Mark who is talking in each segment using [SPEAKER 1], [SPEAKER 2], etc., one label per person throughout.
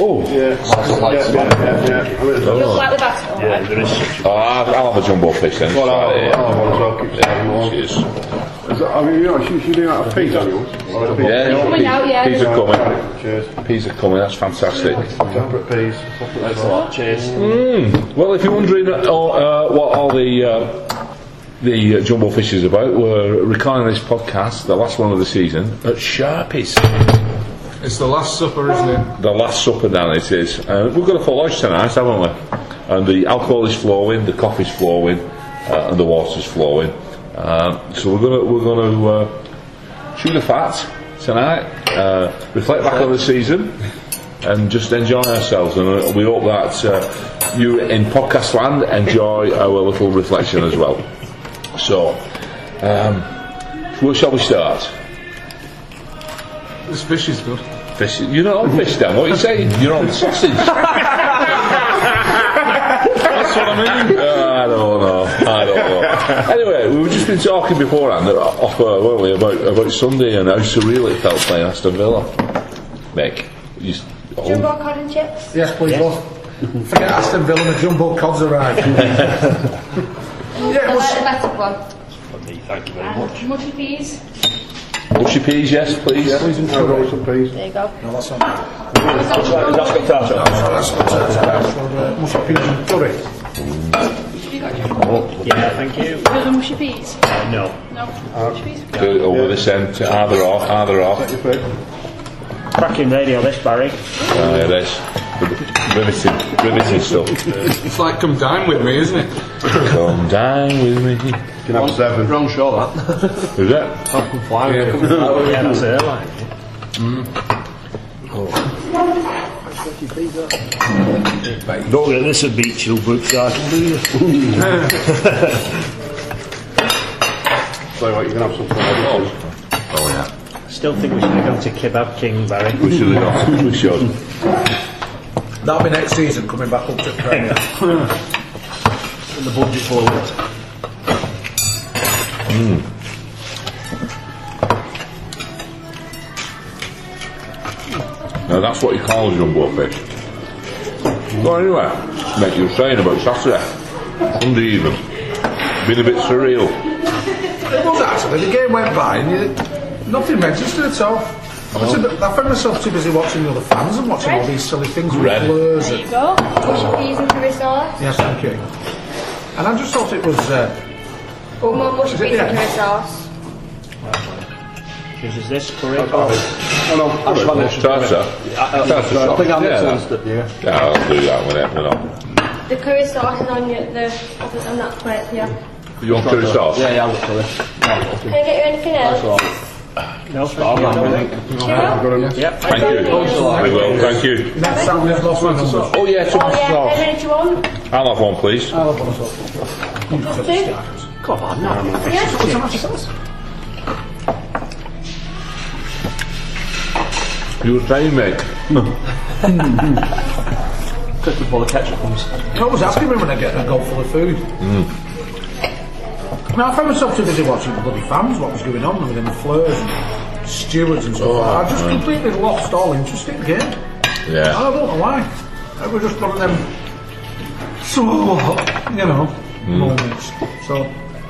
[SPEAKER 1] Oh,
[SPEAKER 2] Yeah, yeah, yeah, yeah. I mean, it's-
[SPEAKER 3] You're like the basketball.
[SPEAKER 4] Yeah, there is such
[SPEAKER 1] Oh, I'll, I'll have a jumbo fish then.
[SPEAKER 2] Well, I'll-
[SPEAKER 1] Sorry. Oh,
[SPEAKER 2] I'll have one as well, keep saving one.
[SPEAKER 1] Cheers.
[SPEAKER 2] Is that- I mean, you know, she, she doing out of peas, aren't you?
[SPEAKER 1] Yeah,
[SPEAKER 3] Coming out, yeah.
[SPEAKER 1] peas are coming.
[SPEAKER 2] Cheers.
[SPEAKER 1] Peas are coming, that's fantastic.
[SPEAKER 2] Separate peas. separate
[SPEAKER 4] a lot. Cheers.
[SPEAKER 1] Well, if you're wondering uh, uh, what all the uh, the uh, jumbo fish is about, we're recording this podcast, the last one of the season, at Sharpies.
[SPEAKER 5] It's the Last Supper, isn't it?
[SPEAKER 1] The last supper, Dan, it is. Uh, we've got a full house tonight, haven't we? And the alcohol is flowing, the coffee's flowing, uh, and the water's flowing. Um, so we're gonna we're gonna uh, chew the fat tonight, uh, reflect back on the season, and just enjoy ourselves. And uh, we hope that uh, you in podcast land enjoy our little reflection as well. So, um, where shall we start?
[SPEAKER 5] This fish is good.
[SPEAKER 1] Fish, you're not on fish, Dan. What are you saying? You're on sausage. That's what I mean. Uh, I don't know. I don't know. Anyway, we've just been talking beforehand uh, off, uh, weren't we, about, about Sunday and how surreal it felt playing Aston Villa. Mick, you, s-
[SPEAKER 3] Do you
[SPEAKER 1] oh,
[SPEAKER 3] want cod and chips?
[SPEAKER 5] Yes, please, love. Forget Aston Villa and the jumbo cod's arrived.
[SPEAKER 3] I like the better one.
[SPEAKER 4] Thank you very much.
[SPEAKER 3] And mushy peas.
[SPEAKER 1] mushy peas, yes, please.
[SPEAKER 2] peas. I'll roll some peas.
[SPEAKER 3] There you go.
[SPEAKER 5] Mushy peas and curry.
[SPEAKER 1] Oh.
[SPEAKER 4] Yeah, thank you.
[SPEAKER 3] Another mushy peas.
[SPEAKER 4] No.
[SPEAKER 3] No. mushy peas.
[SPEAKER 1] Good, Over this end, either off, either off.
[SPEAKER 2] Your pig.
[SPEAKER 4] Cracking radio, this Barry.
[SPEAKER 1] Uh, it is. Riveting, riveting stuff.
[SPEAKER 5] It's like come dine with me, isn't it?
[SPEAKER 1] Come down with me.
[SPEAKER 2] Can have seven.
[SPEAKER 6] Wrong show that.
[SPEAKER 1] Is that?
[SPEAKER 6] Falcon Fly.
[SPEAKER 4] Yeah, that's it. Like.
[SPEAKER 1] Oh.
[SPEAKER 4] Don't let this a beat you, Brookside.
[SPEAKER 2] So what, you can have some. Oh.
[SPEAKER 1] Oh, yeah.
[SPEAKER 4] Still think we should have gone to Kebab King, Barry.
[SPEAKER 1] We should have gone. We should.
[SPEAKER 5] That'll be next season, coming back up to Premier.
[SPEAKER 6] the budget forward.
[SPEAKER 2] Hmm.
[SPEAKER 1] Now that's what you call a jumbo fish. So anyway, mate, you were saying about Saturday, Sunday even, been a bit surreal.
[SPEAKER 5] It was actually. The game went by and you, nothing registered at all. I, was a bit, I found myself too busy watching the other fans and watching all these silly things with
[SPEAKER 1] Red.
[SPEAKER 5] blurs.
[SPEAKER 3] There
[SPEAKER 5] And,
[SPEAKER 3] you go. Mushy peas and curry sauce.
[SPEAKER 5] yes, thank you. And I just thought it was. Uh, oh,
[SPEAKER 3] More mushy
[SPEAKER 5] is it-
[SPEAKER 3] peas and curry
[SPEAKER 5] yeah.
[SPEAKER 3] sauce.
[SPEAKER 4] This is this correct? Oh,
[SPEAKER 2] Oh, no.
[SPEAKER 6] That's one extra.
[SPEAKER 1] Starter, starter
[SPEAKER 6] I
[SPEAKER 1] shot.
[SPEAKER 6] think
[SPEAKER 1] Yeah,
[SPEAKER 6] I'm next
[SPEAKER 1] that-
[SPEAKER 6] one. Yeah.
[SPEAKER 1] yeah, Ah, I'll do that when we're not.
[SPEAKER 3] The curry sauce is on your, the, on that plate, yeah.
[SPEAKER 1] You want curry sauce?
[SPEAKER 6] Yeah, yeah, I'll look for this.
[SPEAKER 3] Can I get you anything else?
[SPEAKER 4] no, stop.
[SPEAKER 1] Thank you. I will. Thank you.
[SPEAKER 5] Next time we've lost one of those.
[SPEAKER 1] Oh yeah, some
[SPEAKER 3] Oh yeah, how
[SPEAKER 1] sauce.
[SPEAKER 3] many do you want?
[SPEAKER 1] I'll have one, please.
[SPEAKER 3] Two?
[SPEAKER 6] Come on, no.
[SPEAKER 1] You were saying, mate.
[SPEAKER 6] Just before the ketchup comes.
[SPEAKER 5] I was asking me when I get a gob full of food. Now I found myself too busy watching the bloody fans, what was going on with them, the fleurs and stewards and stuff. like that. I just completely lost all interest in the game. I
[SPEAKER 1] Yeah.
[SPEAKER 5] don't know why. It was just one of them, so you know, moments. So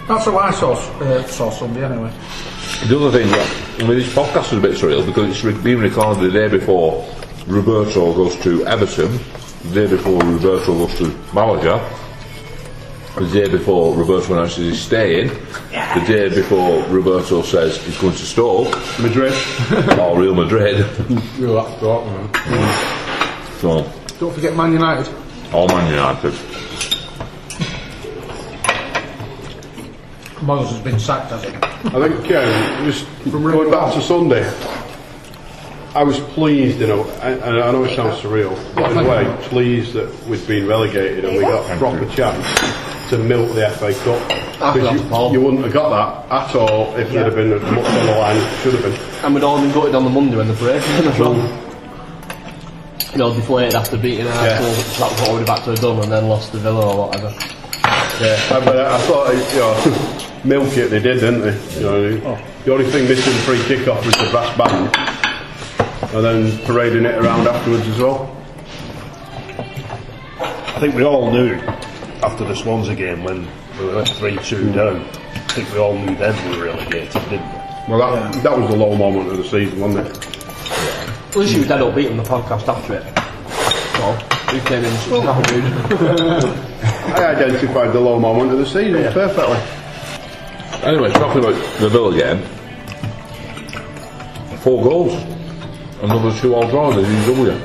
[SPEAKER 5] that's how I saw uh, saw Sunday anyway.
[SPEAKER 1] The other thing, that- I mean, this podcast was a bit surreal because it's re- been recorded the day before Roberto goes to Everton, the day before Roberto goes to Malaga, the day before Roberto announces he's staying, the day before Roberto says he's going to Stoke
[SPEAKER 2] Madrid.
[SPEAKER 1] or Real Madrid.
[SPEAKER 5] You that's talking. Man.
[SPEAKER 1] So,
[SPEAKER 5] Don't forget Man United.
[SPEAKER 1] all Man United.
[SPEAKER 5] Moyes has been sacked, has he?
[SPEAKER 2] I think yeah, just going back to Sunday, I was pleased, you know, and and I know it sounds surreal, but in a way, pleased that we'd been relegated and we got a proper chance to milk the FA Cup.
[SPEAKER 6] After that
[SPEAKER 2] Because
[SPEAKER 6] ball.
[SPEAKER 2] you, you wouldn't have got that at all if there had been as much on the line. Should have been.
[SPEAKER 6] And we'd all been gutted on the Monday when the break came as well. You know, deflated after beating Arsenal, that was what we'd have had to have done, and then lost to Villa or whatever.
[SPEAKER 2] Uh, But I, I thought, you know, milk it they did, didn't they? You know, the- the only thing missing free kickoff was the brass band. and then parading it around afterwards as well.
[SPEAKER 4] I think we all knew after the Swansea game when we went 3
[SPEAKER 6] Hmm.
[SPEAKER 4] 2 down, I think we all knew then we were relegated, didn't we?
[SPEAKER 2] Well, that, that was the low moment of the season, wasn't it?
[SPEAKER 6] At least you were dead upbeat on the podcast after it. So, who came in such an attitude?
[SPEAKER 2] I identified the low moment of the season perfectly.
[SPEAKER 1] Anyway, talking about the Villa game. Four goals. Another two all draw in the DW.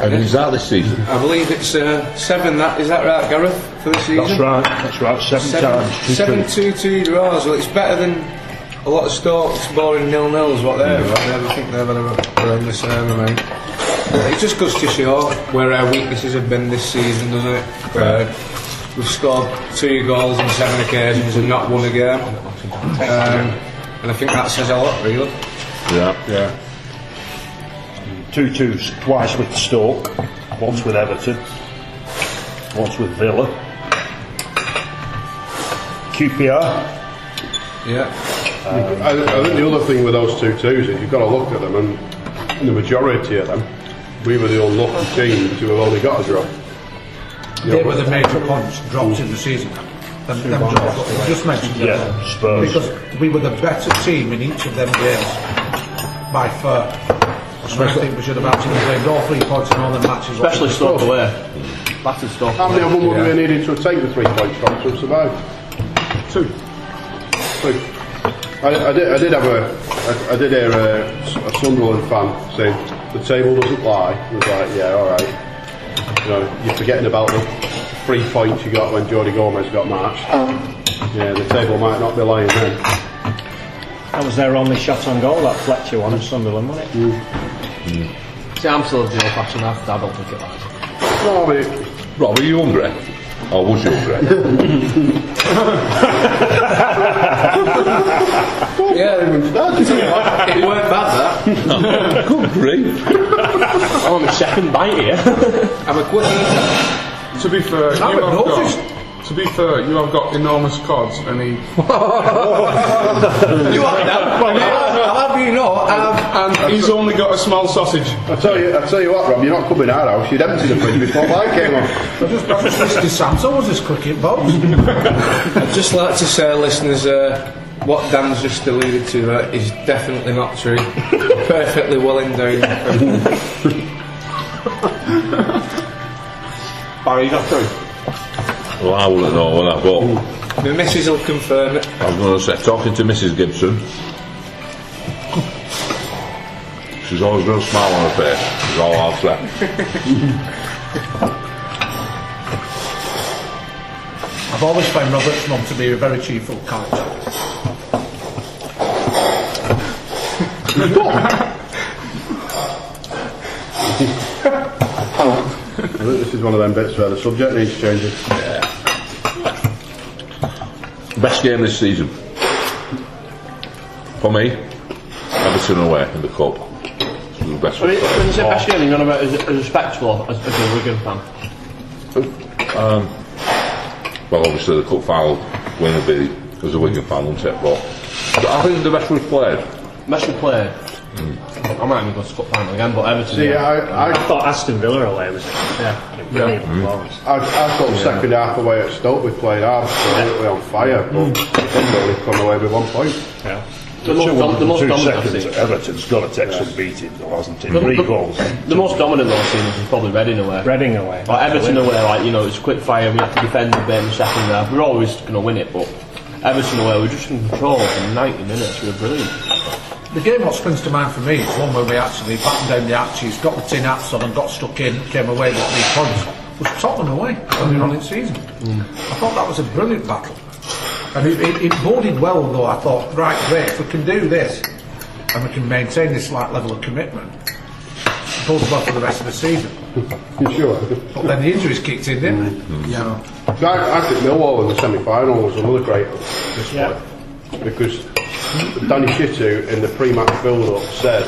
[SPEAKER 1] And he's out this season.
[SPEAKER 7] I believe it's uh, seven. That is that right, Gareth, for the season?
[SPEAKER 4] That's right, that's right, seven,
[SPEAKER 7] Seven,
[SPEAKER 4] times. Two,
[SPEAKER 7] seven
[SPEAKER 4] two.
[SPEAKER 7] two two draws. Well, it's better than a lot of Stoke's boring nil nils. What they're about. I never think they've had a horrendous um, amount. It just goes to show where our weaknesses have been this season, doesn't it? Uh, we've scored two goals on seven occasions and not won a game, um, and I think that says a lot, really.
[SPEAKER 1] Yeah.
[SPEAKER 7] Yeah.
[SPEAKER 4] two twos, twice with Stoke, once with Everton, once with Villa. QPR,
[SPEAKER 7] Yeah.
[SPEAKER 2] I, I think the other thing with those two twos is you've got to look at them, and the majority of them, we were the unlucky team to have only got a draw.
[SPEAKER 5] They were the major points dropped in the season. Them, them draws. You just mentioned them.
[SPEAKER 4] yeah, Spurs.
[SPEAKER 5] Because we were the better team in each of them games by far. And I think we should have actually claimed all three points in all the matches.
[SPEAKER 6] Especially Stoke away. Battered Stoke
[SPEAKER 2] How many of
[SPEAKER 6] away.
[SPEAKER 2] them would we needed to take the three points from to have survived?
[SPEAKER 5] Two.
[SPEAKER 2] Three. I, I, did, I did have a, I, I did hear a, a Sunderland fan saying the table doesn't lie. I was like, yeah, all right. You know, you're forgetting about the three points you got when Jordi Gomez got marched. Yeah, the table might not be lying then.
[SPEAKER 8] That was their only shot on goal, that Fletcher one at Sunderland, wasn't it?
[SPEAKER 2] Mm.
[SPEAKER 6] See, I'm still Joe Passion after, I don't think it matters.
[SPEAKER 2] No, I mean,
[SPEAKER 1] Rob, are you hungry? Or was you hungry?
[SPEAKER 7] Yeah. It weren't bad that.
[SPEAKER 1] Good grief.
[SPEAKER 6] I'm on my second bite here.
[SPEAKER 7] I'm a quick eater.
[SPEAKER 9] To be fair,
[SPEAKER 5] I
[SPEAKER 9] you have
[SPEAKER 5] haven't noticed.
[SPEAKER 9] got. To be fair, you have got enormous cods, and he.
[SPEAKER 7] You are now. I'll have you know, I've
[SPEAKER 9] And he's only got a small sausage.
[SPEAKER 2] I tell you, I tell you what, Rob, you're not coming out house. You'd emptied the fridge before I came on.
[SPEAKER 5] I just, I just missed DeSanto was his cricket box.
[SPEAKER 7] I'd just like to say, listeners, uh, what Dan's just alluded to uh, is definitely not true. Perfectly well endowed.
[SPEAKER 8] Barry, not true.
[SPEAKER 1] Well, I wouldn't know what I thought.
[SPEAKER 7] My missus will confirm it.
[SPEAKER 1] I was going to say, talking to Mrs. Gibson, she's always got a smile on her face. Is all I'll say.
[SPEAKER 5] I've always found Robert's mum to be a very cheerful character.
[SPEAKER 2] I think this is one of them bits where the subject needs changing.
[SPEAKER 1] Best game this season for me. Everton away in the cup. It's the best
[SPEAKER 6] When you say
[SPEAKER 1] one.
[SPEAKER 6] best game, you're on about as, as respectful as, as a Wigan fan.
[SPEAKER 1] Um, Well, obviously the cup final win will be as a Wigan fan, won't it? But but I think the best we've played.
[SPEAKER 6] Best we played. Hmm. I might even go to cup final again, but Everton.
[SPEAKER 2] See,
[SPEAKER 6] yeah.
[SPEAKER 2] I, I,
[SPEAKER 8] I thought Aston Villa away was yeah. brilliant
[SPEAKER 6] Hmm.
[SPEAKER 8] performance.
[SPEAKER 2] I, I thought the second half away at Stoke we played absolutely on fire,
[SPEAKER 9] Mm.
[SPEAKER 2] but didn't really come away with one point.
[SPEAKER 4] Yeah.
[SPEAKER 6] The most
[SPEAKER 4] two
[SPEAKER 6] dom- the most
[SPEAKER 4] two
[SPEAKER 6] dominant I've
[SPEAKER 4] seconds.
[SPEAKER 6] seen.
[SPEAKER 4] Everton's got to take some beating, hasn't it?
[SPEAKER 6] The-
[SPEAKER 4] Three
[SPEAKER 6] the-
[SPEAKER 4] goals.
[SPEAKER 6] The most dominant though I've seen is probably Reading away.
[SPEAKER 8] Reading away.
[SPEAKER 6] Like Everton away, like you know, it's quick fire. We have to defend a bit in the second half. We're always going to win it, but Everton away, we're just in control for 90 minutes. We were brilliant.
[SPEAKER 5] The game what springs to mind for me is one where we actually battened down the arches, got the tin hats on and got stuck in, came away with three points. Was Tottenham away earlier on in the season. I thought that was a brilliant battle. And it, it, it boded well though, I thought, right, great, if we can do this and we can maintain this slight level of commitment, it bodes well for the rest of the season.
[SPEAKER 2] You sure?
[SPEAKER 5] But then the injuries kicked in, didn't they? Yeah.
[SPEAKER 2] I, I think Millwall in the semi-final was another great display
[SPEAKER 8] Yeah.
[SPEAKER 2] because Danny Shitu in the pre-match build-up said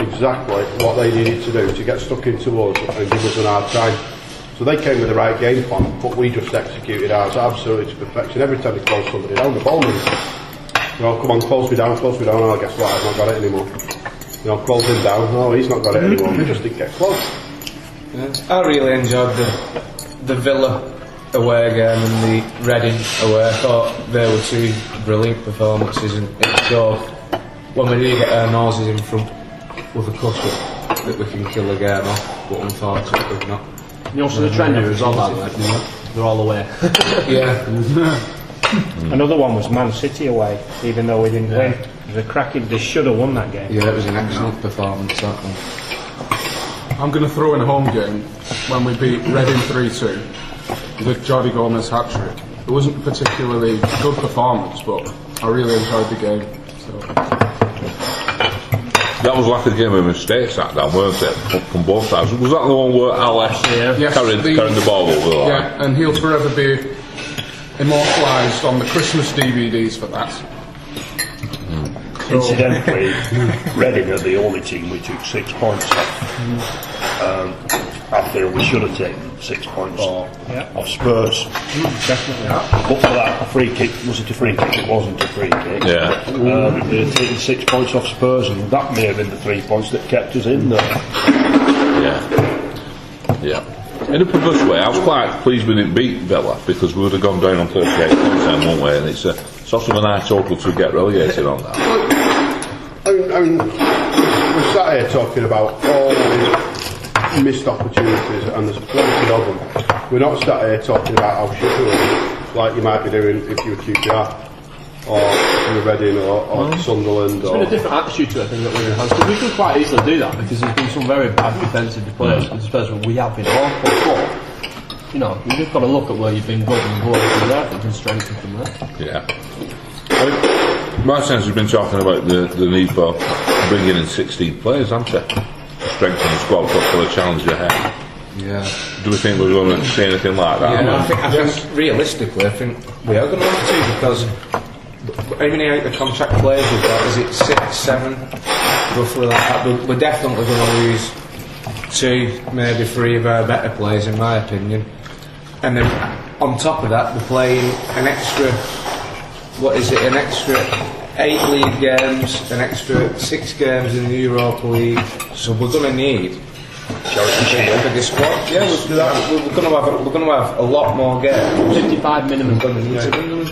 [SPEAKER 2] exactly what they needed to do to get stuck into us and give us an hard time. So they came with the right game plan, but we just executed ours absolutely to perfection. Every time they closed somebody down, the ball moved. You know, come on, close me down, close me down. Oh, guess what? I've not got it anymore. You know, called him down. No, he's not got it anymore. They just didn't get close.
[SPEAKER 7] I really enjoyed the the Villa away game and the Reading away. I thought they were two brilliant performances, and it showed when we do get our noses in front with a cushion that we can kill the game off. But unfortunately, we've not.
[SPEAKER 6] You also the trend was on that way, didn't you? They're all the way.
[SPEAKER 7] Yeah,
[SPEAKER 8] Another one was Man City away, even though we didn't win. It was a cracking. They should have won that game.
[SPEAKER 7] yeah, it was an excellent performance. That one.
[SPEAKER 9] I'm going to throw in a home game when we beat Reading 3 2 with Jody Gomez hat trick. It wasn't a particularly good performance, but I really enjoyed the game. So.
[SPEAKER 1] That was like a game of mistakes, that, that weren't it? From, from both sides. Was that the one where Alex
[SPEAKER 9] Yes,
[SPEAKER 1] carried,
[SPEAKER 9] the-
[SPEAKER 1] carried the ball over the line?
[SPEAKER 9] Yeah, and he'll forever be immortalised on the Christmas DVDs for that.
[SPEAKER 1] Mm.
[SPEAKER 4] Incidentally, Reading are the only team we took six points off. Um, I feel we should have taken six points off Spurs.
[SPEAKER 8] Definitely.
[SPEAKER 4] But for that, a free kick, was it a free kick? It wasn't a free kick.
[SPEAKER 1] Yeah.
[SPEAKER 4] Um, they had taken six points off Spurs, and that may have been the three points that kept us in there.
[SPEAKER 1] Yeah. Yeah. In a perverse way, I was quite pleased we didn't beat Villa because we would have gone down on 38 points then, wouldn't we? And it's a sort of a nice total to get relegated on that.
[SPEAKER 2] I mean, I mean, we're sat here talking about all the missed opportunities, and there's plenty of them. We're not sat here talking about how shit we were, like you might be doing if you were QPR, or if you were Reading, or, or Sunderland,
[SPEAKER 6] It's been a
[SPEAKER 2] or...
[SPEAKER 6] different attitude to it, I think, that we've enhanced. 'Cause we could quite easily do that because there's been some very bad defensive players, but especially when we have been awful. But, you know, you've just got to look at where you've been good and what from there, and can strengthen from there.
[SPEAKER 1] Yeah. I mean, my sense has been talking about the, the need for bringing in 16 players, haven't they? To strengthen the squad for, for the challenge ahead.
[SPEAKER 7] Yeah.
[SPEAKER 1] Do we think we're going to see anything like that?
[SPEAKER 7] Yeah, I think, I think realistically, I think we are going to have to because how many out the contract players we've got? Is it six, seven, roughly like that? We're- We're definitely going to lose two, maybe three of our better players, in my opinion. And then on top of that, we're playing an extra, what is it, an extra eight league games, an extra six games in the Europa League. So we're going to need a bigger squad. Yeah, we're, we're going to have we're going to have a lot more games.
[SPEAKER 6] 55 minimum.
[SPEAKER 7] Yeah.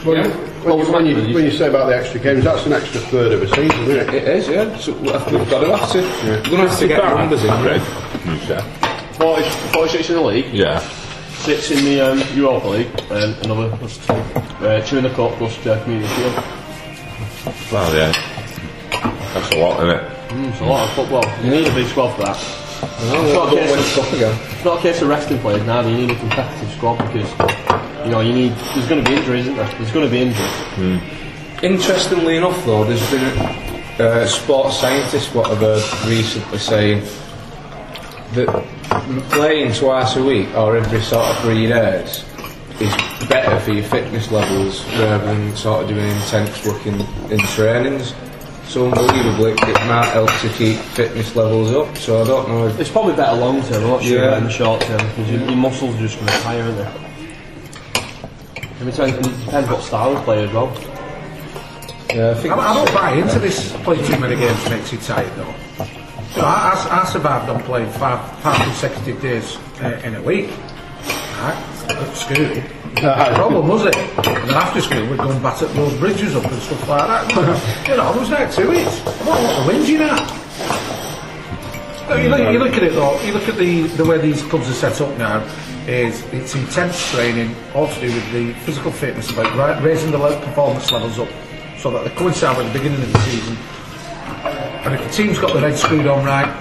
[SPEAKER 6] Well,
[SPEAKER 2] When,
[SPEAKER 6] when
[SPEAKER 2] you,
[SPEAKER 6] you-
[SPEAKER 2] when you say about the extra games, that's an extra third of a season, isn't it?
[SPEAKER 7] It is, yeah. So we've got to have to. We're going to have to get numbers in.
[SPEAKER 1] Greg, you say?
[SPEAKER 6] 40, 46 in the league,
[SPEAKER 1] Yeah.
[SPEAKER 6] 6 in the um, Europa League, and another plus 2. Uh, 2 in the Cup plus uh, Community Shield.
[SPEAKER 1] Well, yeah. That's a lot, isn't it?
[SPEAKER 6] Hmm, It's a lot of football. You need a big squad for that.
[SPEAKER 7] We've got to win the cup again.
[SPEAKER 6] It's not a case of resting players now, you need a competitive squad because, you know, you need, there's going to be injuries, isn't there? There's going to be injuries.
[SPEAKER 7] Interestingly enough, though, there's been a uh, sports scientist what I've heard recently saying that playing twice a week or every sort of three days is better for your fitness levels rather than sort of doing intense work in, in trainings. So unbelievably, it might help to keep fitness levels up. So I don't know. If,
[SPEAKER 6] It's probably better long term, I'm not sure
[SPEAKER 7] Yeah.
[SPEAKER 6] about in the short term, because your, your um, muscles are just going to tire, aren't they? And it depends- it depends what style of play as well.
[SPEAKER 7] yeah, I think
[SPEAKER 5] I, I don't buy into this play too many games makes you tired though. You know, I, I s- I survived on playing five, five consecutive days uh, in a week. Right, at school. The problem was it, and then after school we'd go and batter those bridges up and stuff like that. you know, there was no two weeks. I don't want to whinge, you know. No, you, look, you look at it though, you look at the, the way these clubs are set up now, is it's intense training, all to do with the physical fitness, about ra- raising the level, performance levels up so that they coincide with the beginning of the season. And if the team's got their head screwed on right,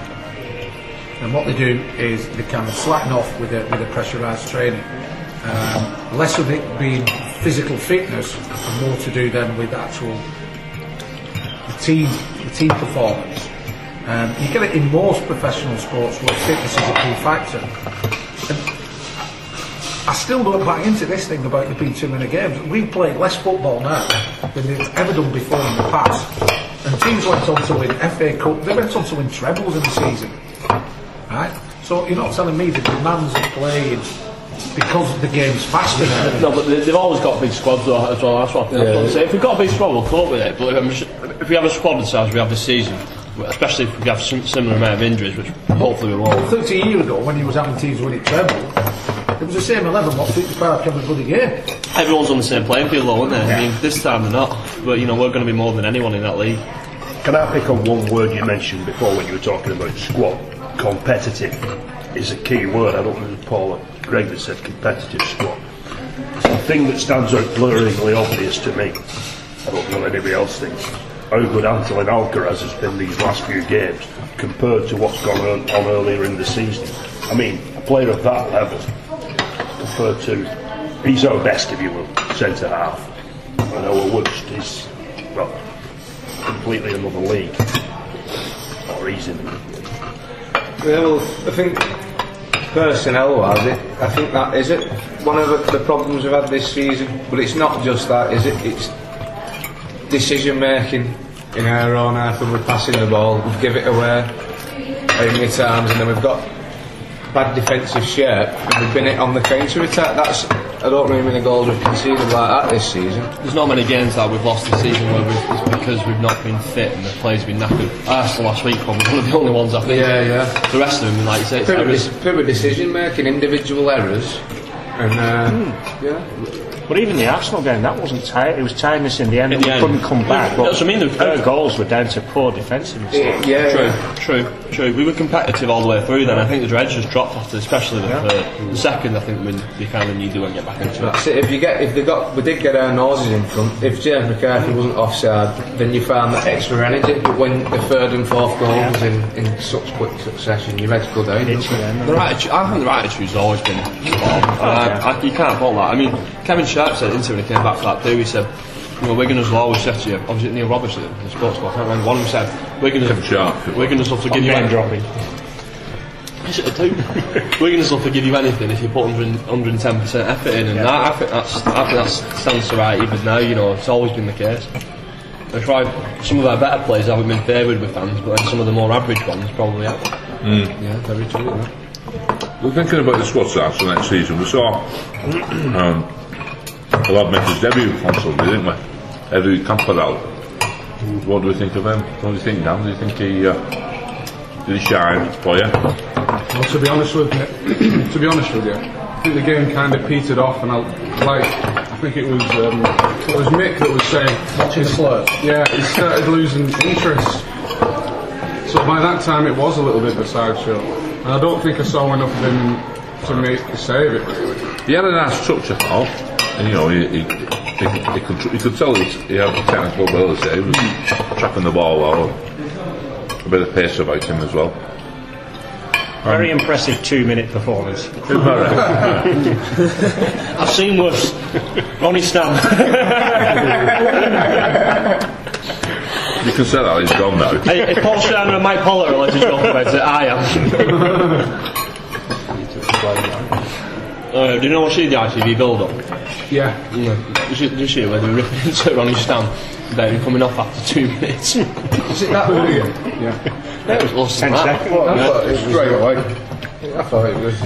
[SPEAKER 5] then what they do is they kind of slacken off with a, with a pressurised training. Um, less of it being physical fitness and more to do then with actual the team, the team performance. Um, you get it in most professional sports where fitness is a key factor. And I still don't buy into this thing about there being too many games. We play less football now than it's ever done before in the past. And teams went on to win FA Cup, they went on to win trebles in the season. Right? So you're not telling me the demands of playing because the game's faster now.
[SPEAKER 6] No, but they, they've always got big squads though, um, as well. That's what, that's what I'm saying. If we've got a big squad, we'll cope with it. But if, I'm, sh- if we have a squad the size we have this season, especially if we have some similar amount of injuries, which hopefully we won't.
[SPEAKER 5] 30 years ago, when he was having teams winning treble, it was the same 11 what beat the Park every bloody game.
[SPEAKER 6] Everyone's on the same playing field, though, isn't it? I mean, this time they're not. But you know, we're going to be more than anyone in that league.
[SPEAKER 4] Can I pick on one word you mentioned before when you were talking about squad? Competitive is a key word. I don't know if it was Paul or Greg that said competitive squad. It's the thing that stands out glaringly obvious to me. I don't know anybody else thinks. How good Antolin Alcaraz has been these last few games compared to what's gone on, on earlier in the season. I mean, a player of that level compared to he's our best, if you will, centre half. And our worst is well, completely another league. Or he's in another league.
[SPEAKER 7] Well, I think personnel-wise, it, I think that is it. One of the, the problems we've had this season, but it's not just that, is it? It's decision making in our own half when we're passing the ball. We give it away how many times, and then we've got bad defensive shape, and we've been it on the counter attack. That's I don't know how many goals we've conceded like that this season.
[SPEAKER 6] There's not many games that we've lost this season where we've, it's because we've not been fit and the players have been knackered. Arsenal last week one was one of the only ones I think.
[SPEAKER 7] Yeah, yeah.
[SPEAKER 6] The rest of them, like you say, it's
[SPEAKER 7] Pure,
[SPEAKER 6] errors.
[SPEAKER 7] de- pure decision making, individual errors, and uh, yeah,
[SPEAKER 8] But even the Arsenal game, that wasn't tight. It was tightness in the end.
[SPEAKER 6] In
[SPEAKER 8] and
[SPEAKER 6] the
[SPEAKER 8] we
[SPEAKER 6] end.
[SPEAKER 8] couldn't come back. But
[SPEAKER 6] That's what I mean, the-
[SPEAKER 8] their goals were down to poor defensive mistakes.
[SPEAKER 7] yeah, yeah.
[SPEAKER 6] True, true, true. We were competitive all the way through then. I think the dredge just dropped after, especially the, third. the second, I think, when they kind of knew they won't get back into it.
[SPEAKER 7] That's it. If you get, if they got, we did get our noses in front. If James McCarthy wasn't offside, then you found that extra energy. But when the third and fourth goals in, in such quick succession, your heads go down. don't you?
[SPEAKER 6] The right atti- I think the right attitude's always been spot on. And I, I, you can't fault that. I mean, Kevin Sharp said into when he came back for that too. He said, you know, Wigan will always set you. Obviously, Neil Robertson, the sports boss, I can't remember. One of them said, Wigan
[SPEAKER 1] Kevin Sharp.
[SPEAKER 6] will, Wigan will have to give you
[SPEAKER 8] Name
[SPEAKER 6] any-
[SPEAKER 8] dropping.
[SPEAKER 6] I should have too. Wigan will forgive you anything if you put 100, 110% effort in, and that, I think that's I think that stands to right even now. You know, it's always been the case. That's why some of our better players haven't been favoured with fans, but then some of the more average ones probably have. Yeah, very true. yeah.
[SPEAKER 1] We're thinking about the squad starts for next season. We saw um, a lad make his debut on Sunday, didn't we? Edu Camperel. What do we think of him? What do you think, Dan? Do you think he uh, did he shine for you?
[SPEAKER 9] Well, to be honest with you, to be honest with you, I think the game kind of petered off, and I like. I think it was um, it was Mick that was saying watching
[SPEAKER 5] slurs.
[SPEAKER 9] Yeah, he started losing interest. So by that time, it was a little bit of a sideshow, and I don't think I saw enough of him to make to save it. Really.
[SPEAKER 1] He had a nice touch, I thought. And, you know, he, he, he, he could, tr- you could tell he, he had the technical ability. He was trapping the ball well. A bit of pace about him as well.
[SPEAKER 8] Very impressive two-minute performance. I've seen worse. Ronnie Stam.
[SPEAKER 1] You can say that he's gone now.
[SPEAKER 6] Hey, if Paul Sharner and Mike Pollard are letting us talk about it, I am. Uh, do you know what she did the ITV build-up?
[SPEAKER 9] Yeah,
[SPEAKER 6] Yeah. Did you, did you see it where they were ripping into Ronnie Stam about him coming off after two minutes? that
[SPEAKER 7] Is it that bad?
[SPEAKER 9] yeah.
[SPEAKER 6] was awesome.
[SPEAKER 8] Ten
[SPEAKER 6] that.
[SPEAKER 8] seconds.
[SPEAKER 7] I thought it was straight away. I thought it was.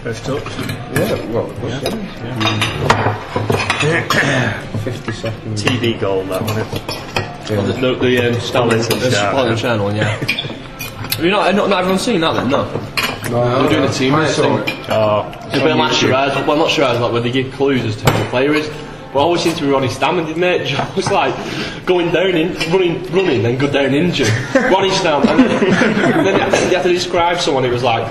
[SPEAKER 8] First touch.
[SPEAKER 7] Yeah, well, it was. Fifty seconds.
[SPEAKER 4] TV goal, that one.
[SPEAKER 6] The, the, the um, Stanley, the Sporting Channel one, yeah. Have you not, not, not everyone's seen that then? No.
[SPEAKER 9] No,
[SPEAKER 6] They're doing a team
[SPEAKER 9] I
[SPEAKER 6] thing.
[SPEAKER 9] saw it.
[SPEAKER 4] Ah,
[SPEAKER 6] It's been like Shiraz, well, not Shiraz, like where they give clues as to who the player is. But I always seems to be Ronnie Stammer, didn't it? Joe was like going down, in, running, running, then go down injured. Ronnie Stam. And then, and then you, had to, you had to describe someone, it was like,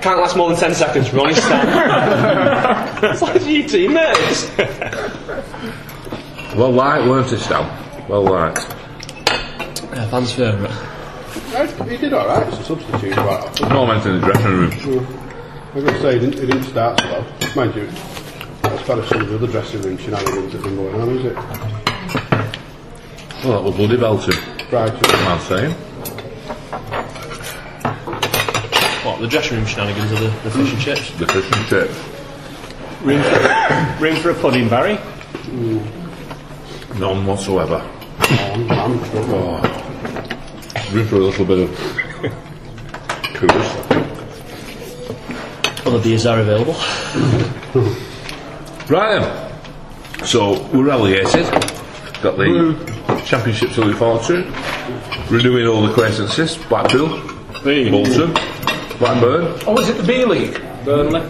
[SPEAKER 6] can't last more than 10 seconds, Ronnie Stam. it's like, you teammates.
[SPEAKER 1] Well light, weren't it, Stan? Well light.
[SPEAKER 6] Yeah, uh, fans' favourite.
[SPEAKER 2] He did alright as a substitute, quite often.
[SPEAKER 1] No meant in the dressing room.
[SPEAKER 2] I was going to say, he didn't, he didn't start so well. Mind you, that's part of some of the other dressing room shenanigans that have been going on, is it?
[SPEAKER 1] Well, that was bloody Belton.
[SPEAKER 2] Brighton.
[SPEAKER 1] I'm saying.
[SPEAKER 6] What, the dressing room shenanigans or the, the fish and chips?
[SPEAKER 1] The fish and chips.
[SPEAKER 8] Room for, room for a pudding, Barry.
[SPEAKER 1] None whatsoever.
[SPEAKER 2] I'm trouble.
[SPEAKER 1] Room for a little bit of coolers.
[SPEAKER 6] Other beers are available.
[SPEAKER 1] Right then. So we're relegated. Got the championship to look forward to. renewing all the questions. Yes, Blackpool, Bolton, Blackburn,
[SPEAKER 5] Oh, is it the B League?
[SPEAKER 6] Burnley.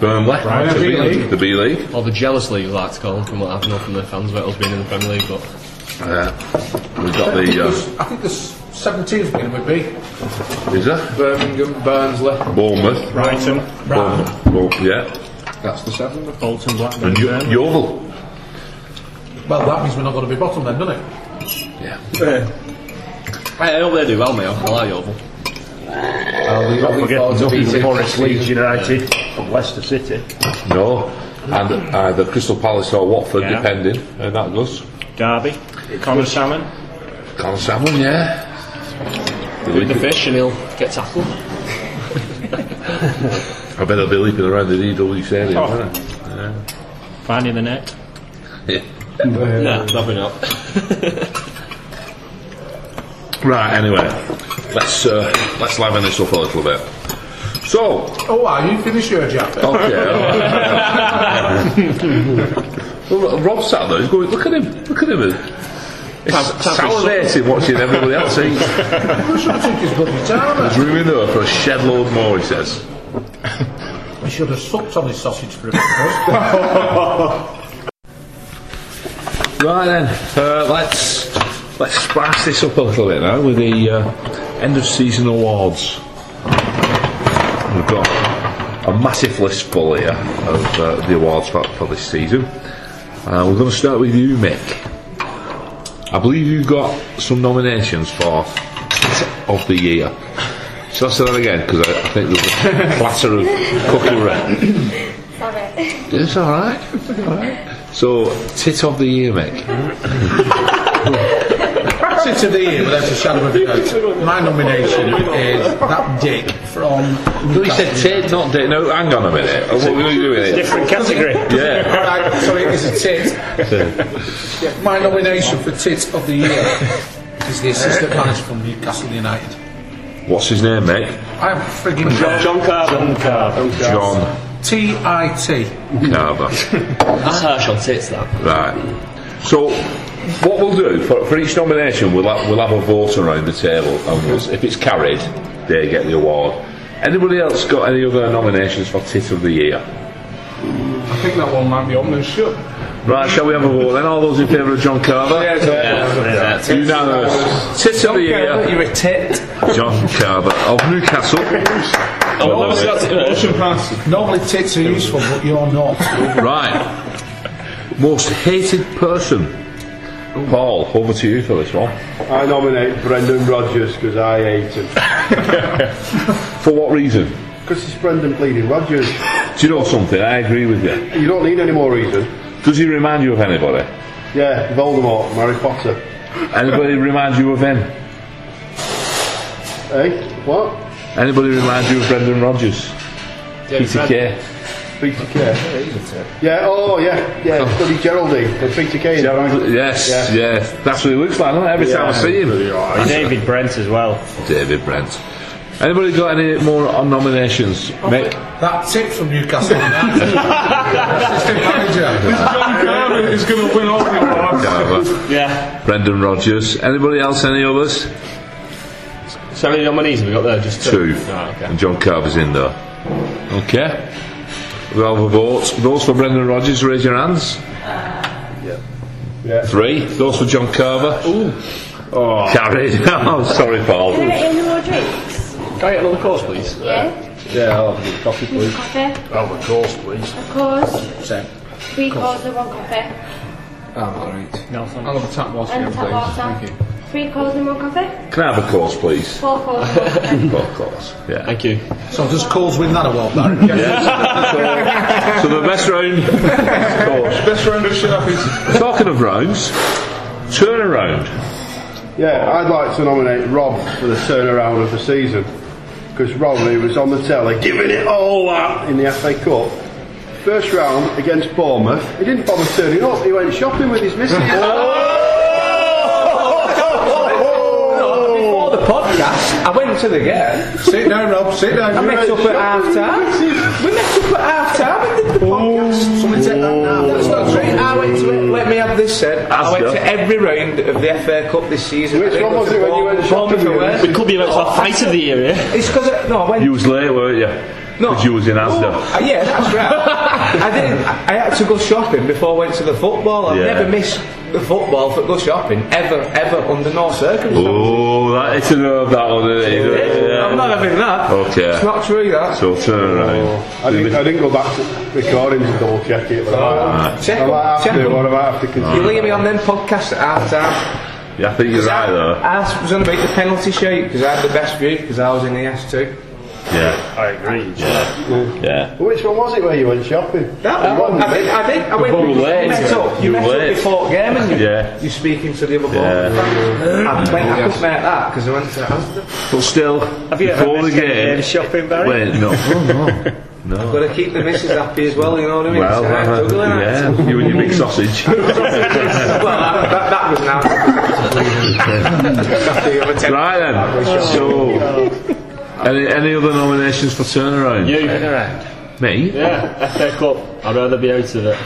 [SPEAKER 1] Burnley,
[SPEAKER 5] Right,
[SPEAKER 1] the
[SPEAKER 5] the
[SPEAKER 1] B
[SPEAKER 5] B
[SPEAKER 1] League, the B League.
[SPEAKER 6] Or the jealous league, we like to call them, from what I've known from their fans about us being in the Premier League. But
[SPEAKER 1] Uh, we've got
[SPEAKER 5] I think
[SPEAKER 1] the
[SPEAKER 5] there's-
[SPEAKER 1] uh,
[SPEAKER 5] I think there's 17th game would be.
[SPEAKER 1] is that
[SPEAKER 7] Birmingham, Burnsley.
[SPEAKER 1] Bournemouth,
[SPEAKER 8] Brighton,
[SPEAKER 1] Bournemouth, Bournemouth, yeah,
[SPEAKER 7] That's the seven.
[SPEAKER 8] Bolton, Blackburn,
[SPEAKER 1] and Yo-
[SPEAKER 8] Burnley.
[SPEAKER 1] Yeovil.
[SPEAKER 5] Well, that means we're not going to be bottom then, doesn't it?
[SPEAKER 6] Hey, I hope they do well, mate. I like Yeovil.
[SPEAKER 7] I'll be, I'll be
[SPEAKER 4] Forget
[SPEAKER 7] forward to
[SPEAKER 4] nothing
[SPEAKER 7] beating
[SPEAKER 4] Forest,
[SPEAKER 7] Leeds.
[SPEAKER 4] Leeds United, and Leicester City.
[SPEAKER 1] No, and either Crystal Palace or Watford,
[SPEAKER 8] Yeah.
[SPEAKER 1] depending. And Uh, that goes.
[SPEAKER 8] Derby, Connor Salmon,
[SPEAKER 1] Can't have one, yeah. The
[SPEAKER 6] The
[SPEAKER 1] league-
[SPEAKER 6] fish, and he'll get tackled.
[SPEAKER 1] I bet I'll be leaping around the needle each area.
[SPEAKER 10] Oh.
[SPEAKER 1] won't
[SPEAKER 8] Oh. finding the net.
[SPEAKER 1] I? Yeah.
[SPEAKER 6] Yeah, probably not.
[SPEAKER 1] Right. Anyway, let's uh, let's liven this up a little bit. So,
[SPEAKER 5] Oh, are you finished your job? then?
[SPEAKER 1] okay. well, Rob sat there. He's going, look at him. Look at him. He's salivating watching everybody else
[SPEAKER 5] I
[SPEAKER 1] eat.
[SPEAKER 5] should have took his bloody time.
[SPEAKER 1] There's room in there for a shed load more. He says.
[SPEAKER 5] I should have sucked on his sausage for a bit first.
[SPEAKER 1] Right then, uh, let's let's spice this up a little bit now with the uh, end of season awards. We've got a massive list full here of uh, the awards for, for this season. Uh, we're going to start with you, Mick. I believe you got some nominations for Kit of the Year. Shall I say that again? Because I, I think there's a clatter of cookery.
[SPEAKER 3] Sorry.
[SPEAKER 1] It's all right. All right. So, tit of the year, Mick.
[SPEAKER 5] Sit to the year without a shadow of a doubt. My nomination is that dick from.
[SPEAKER 1] No, he said tit, not dick. No, hang on a minute. What are we doing here?
[SPEAKER 8] Different category.
[SPEAKER 1] Yeah.
[SPEAKER 5] Right, sorry, it's a tit. Yeah, My nomination for tit of the year is the assistant manager from Newcastle United.
[SPEAKER 1] What's his name, Mick?
[SPEAKER 5] I'm frigging
[SPEAKER 8] John Carver.
[SPEAKER 1] John
[SPEAKER 5] T I T.
[SPEAKER 1] Carver.
[SPEAKER 6] That's harsh on tits, that.
[SPEAKER 1] Right. So, what we'll do for, for each nomination, we'll have, we'll have a vote around the table, and we'll, if it's carried, they get the award. Anybody else got any other nominations for tit of the year?
[SPEAKER 9] I think that one might be on this ship.
[SPEAKER 1] Right, shall we have a vote then? All those in favour of John Carver?
[SPEAKER 6] Yeah, yeah.
[SPEAKER 1] Unanimous. Tit of the year,
[SPEAKER 5] You're a tit.
[SPEAKER 1] John Carver of Newcastle. Well,
[SPEAKER 6] I've never
[SPEAKER 1] well,
[SPEAKER 6] seen that.
[SPEAKER 5] Normally tits are useful, but you're not.
[SPEAKER 1] Right. Most hated person. Paul, over to you for this one.
[SPEAKER 2] I nominate Brendan Rodgers because I hate him.
[SPEAKER 1] For what reason?
[SPEAKER 2] Because it's Brendan bleeding Rodgers.
[SPEAKER 1] Do you know something? I agree with you.
[SPEAKER 2] You don't need any more reason.
[SPEAKER 1] Does he remind you of anybody?
[SPEAKER 2] Yeah, Voldemort, from Harry Potter.
[SPEAKER 1] Anybody remind you of him?
[SPEAKER 2] Eh? What?
[SPEAKER 1] Anybody remind you of Brendan Rodgers? Peter Kerr.
[SPEAKER 2] Peter Kay. Yeah, oh yeah, yeah, bloody Geraldine and Peter Kay.
[SPEAKER 1] Gerald- Yes, yeah.
[SPEAKER 2] Yeah.
[SPEAKER 1] That's what he looks like, doesn't it? Every time I see him.
[SPEAKER 8] David Brent as well.
[SPEAKER 1] David Brent. Anybody got any more on nominations? Mick?
[SPEAKER 5] That tit from Newcastle United. assistant manager.
[SPEAKER 9] John Carver is going to win all the awards.
[SPEAKER 1] Carver.
[SPEAKER 6] Yeah.
[SPEAKER 1] Brendan Rodgers. Anybody else? Any others?
[SPEAKER 6] So how many nominees have we got there? Just two.
[SPEAKER 1] two.
[SPEAKER 6] Ah, okay.
[SPEAKER 1] And John Carver's in there. Oh, Okay. We'll have a vote. Those for Brendan Rodgers, raise your hands.
[SPEAKER 2] Yeah.
[SPEAKER 1] Three. Those for John Carver. Ooh. Oh. Carried. oh, sorry,
[SPEAKER 3] Can I
[SPEAKER 1] Paul.
[SPEAKER 3] get any more drinks?
[SPEAKER 6] Can I get another course, please?
[SPEAKER 3] Yeah.
[SPEAKER 2] Yeah, I'll have a coffee please.
[SPEAKER 3] Coffee.
[SPEAKER 4] Oh, of course, please.
[SPEAKER 3] Of course. Three quarters of one coffee.
[SPEAKER 6] Oh,
[SPEAKER 9] I'll have a tap whilst
[SPEAKER 3] And
[SPEAKER 9] you're
[SPEAKER 3] a tap water.
[SPEAKER 9] Thank you.
[SPEAKER 3] Three quarters and one coffee.
[SPEAKER 1] Can I have a course, please?
[SPEAKER 3] Four quarters of one coffee.
[SPEAKER 1] Four course. Yeah.
[SPEAKER 6] Thank you.
[SPEAKER 5] So just calls win that award, Barry.
[SPEAKER 1] So the best round.
[SPEAKER 9] Best round of shop is
[SPEAKER 1] Talking of rounds, turnaround.
[SPEAKER 2] Yeah, I'd like to nominate Rob for the turnaround of the season. Because Rob, who was on the telly, giving it all out in the FA Cup, first round against Bournemouth, he didn't bother turning up, he went shopping with his missus.
[SPEAKER 7] Oh,
[SPEAKER 5] Before the podcast, I went
[SPEAKER 7] up to the game.
[SPEAKER 9] Sit down, Rob. Sit down.
[SPEAKER 7] I
[SPEAKER 9] You're
[SPEAKER 7] met
[SPEAKER 9] right.
[SPEAKER 7] up at half time. We met up at half
[SPEAKER 9] Oh.
[SPEAKER 7] time and did the podcast. Somebody take that now. That's not true. I went to it. Let me have this said. I went to every round of the FA Cup this season.
[SPEAKER 2] Which
[SPEAKER 7] I
[SPEAKER 2] one
[SPEAKER 7] didn't
[SPEAKER 2] was
[SPEAKER 7] go
[SPEAKER 2] it
[SPEAKER 7] to
[SPEAKER 2] when you went shopping
[SPEAKER 7] Bournemouth
[SPEAKER 2] with us?
[SPEAKER 7] away.
[SPEAKER 2] It
[SPEAKER 6] It could be about our fight of the year, yeah?
[SPEAKER 7] It's because no, I went
[SPEAKER 1] You was late, weren't you?
[SPEAKER 7] No.
[SPEAKER 1] Because you was in Asda.
[SPEAKER 7] Uh, yeah, that's right. I didn't. I had to go shopping before I went to the football. I've
[SPEAKER 1] Yeah.
[SPEAKER 7] never missed the football for go shopping ever, ever under no circumstances.
[SPEAKER 1] Oh, that is a nerve, that one, isn't it? Yeah.
[SPEAKER 7] I'm not having that.
[SPEAKER 1] Okay.
[SPEAKER 7] It's not true that.
[SPEAKER 1] So turn around.
[SPEAKER 2] I didn't, I didn't go back to recording to double check it, but I might,
[SPEAKER 7] Check
[SPEAKER 2] I might have
[SPEAKER 7] check
[SPEAKER 2] to, or I might have to
[SPEAKER 7] You
[SPEAKER 2] continue.
[SPEAKER 7] leave me on them podcasts at half time.
[SPEAKER 1] Yeah, I think you're right, though.
[SPEAKER 7] I, I was going to make the penalty shoot because I had the best view because I was in the S2.
[SPEAKER 1] Yeah.
[SPEAKER 4] I agree.
[SPEAKER 1] Yeah.
[SPEAKER 2] Which one was it where you went shopping?
[SPEAKER 7] That one, I did. I did. I went.
[SPEAKER 1] were late.
[SPEAKER 7] You met up. You
[SPEAKER 1] You were
[SPEAKER 7] met up
[SPEAKER 1] late.
[SPEAKER 7] before game and you,
[SPEAKER 1] Yeah.
[SPEAKER 7] you're speaking to the other
[SPEAKER 1] Yeah.
[SPEAKER 7] ball. I, went, I couldn't make that because I went to Asda.
[SPEAKER 1] But still,
[SPEAKER 8] Have you
[SPEAKER 1] before
[SPEAKER 8] ever
[SPEAKER 1] the
[SPEAKER 8] missed any
[SPEAKER 1] game.
[SPEAKER 8] game shopping, Barry?
[SPEAKER 1] Wait, no. no.
[SPEAKER 7] Got to keep the missus happy as well, you know what I mean?
[SPEAKER 1] Well,
[SPEAKER 7] It's, uh,
[SPEAKER 1] uh,
[SPEAKER 7] juggling act.
[SPEAKER 1] yeah, you and your big sausage.
[SPEAKER 7] well, that, that, that was now. That's the other ten-
[SPEAKER 1] right then. So, any, any other nominations for turnaround?
[SPEAKER 6] You.
[SPEAKER 1] Me?
[SPEAKER 6] Yeah, FA Cup. I'd rather be out of it.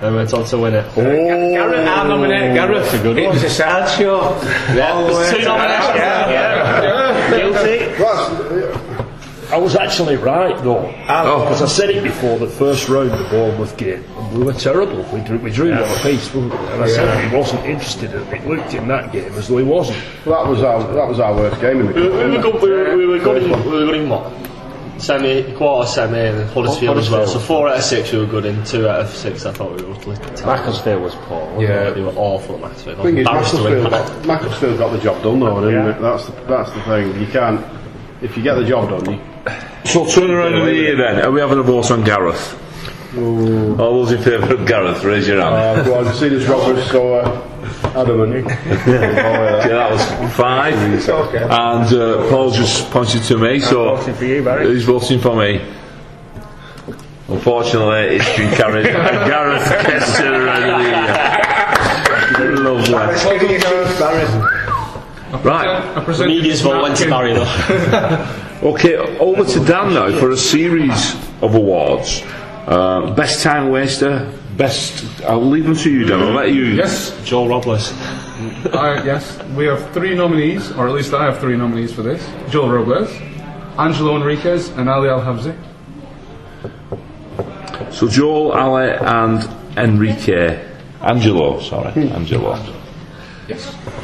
[SPEAKER 6] Then went on to win it.
[SPEAKER 7] Gareth, I nominate Gareth.
[SPEAKER 6] That's a Oh, good
[SPEAKER 7] It
[SPEAKER 6] one.
[SPEAKER 7] was a sad show. All the
[SPEAKER 6] there's
[SPEAKER 7] way
[SPEAKER 6] two
[SPEAKER 7] to-
[SPEAKER 6] nominations.
[SPEAKER 7] Yeah, yeah.
[SPEAKER 4] Guilty. I was actually right though,
[SPEAKER 2] Ah.
[SPEAKER 4] because I said it before the first round of the Bournemouth game. and We were terrible. We drew, we drew one apiece, didn't we? and I said he wasn't interested. And it looked in that game as though he wasn't.
[SPEAKER 2] That was our that was our worst game in the
[SPEAKER 6] We, we
[SPEAKER 2] cup.
[SPEAKER 6] were good. We were, we were good. In, we were good in what? Semi, quarter semi, and then Huddersfield as well. So four out of six we were good in. Two out of six I thought we were utterly. Macclesfield was poor.
[SPEAKER 2] Yeah.
[SPEAKER 6] Yeah, they were awful at Macclesfield. I was
[SPEAKER 2] thing is,
[SPEAKER 6] embarrassed to win
[SPEAKER 2] Macclesfield got,
[SPEAKER 6] that.
[SPEAKER 2] Macclesfield got the job done, though, didn't it? That's the, that's the thing. You can't. If you get the job done, you,
[SPEAKER 1] So turnaround of the year then. Are we having a vote on Gareth? All those in favour of Gareth, raise your hand.
[SPEAKER 2] uh, go on. See this Roberts so uh, adamant.
[SPEAKER 1] Yeah, that was five. And uh, Paul just pointed to me, so
[SPEAKER 8] voting for you, Barry.
[SPEAKER 1] he's voting for me. Unfortunately, it's been carried. Gareth gets turnaround of the year. Lovely.
[SPEAKER 7] What do you know?
[SPEAKER 1] Right.
[SPEAKER 6] The media's vote went to Barry though.
[SPEAKER 1] Okay, over to Dan now for a series of awards. Uh, best time waster, best. I'll leave them to you, Dan. I'll let you.
[SPEAKER 9] Yes,
[SPEAKER 6] Joel Robles.
[SPEAKER 9] I, yes. We have three nominees, or at least I have three nominees for this: Joel Robles, Angelo Enriquez, and Ali Al Hamzi.
[SPEAKER 1] So Joel, Ale, and Enrique. Angelo, sorry, Angelo.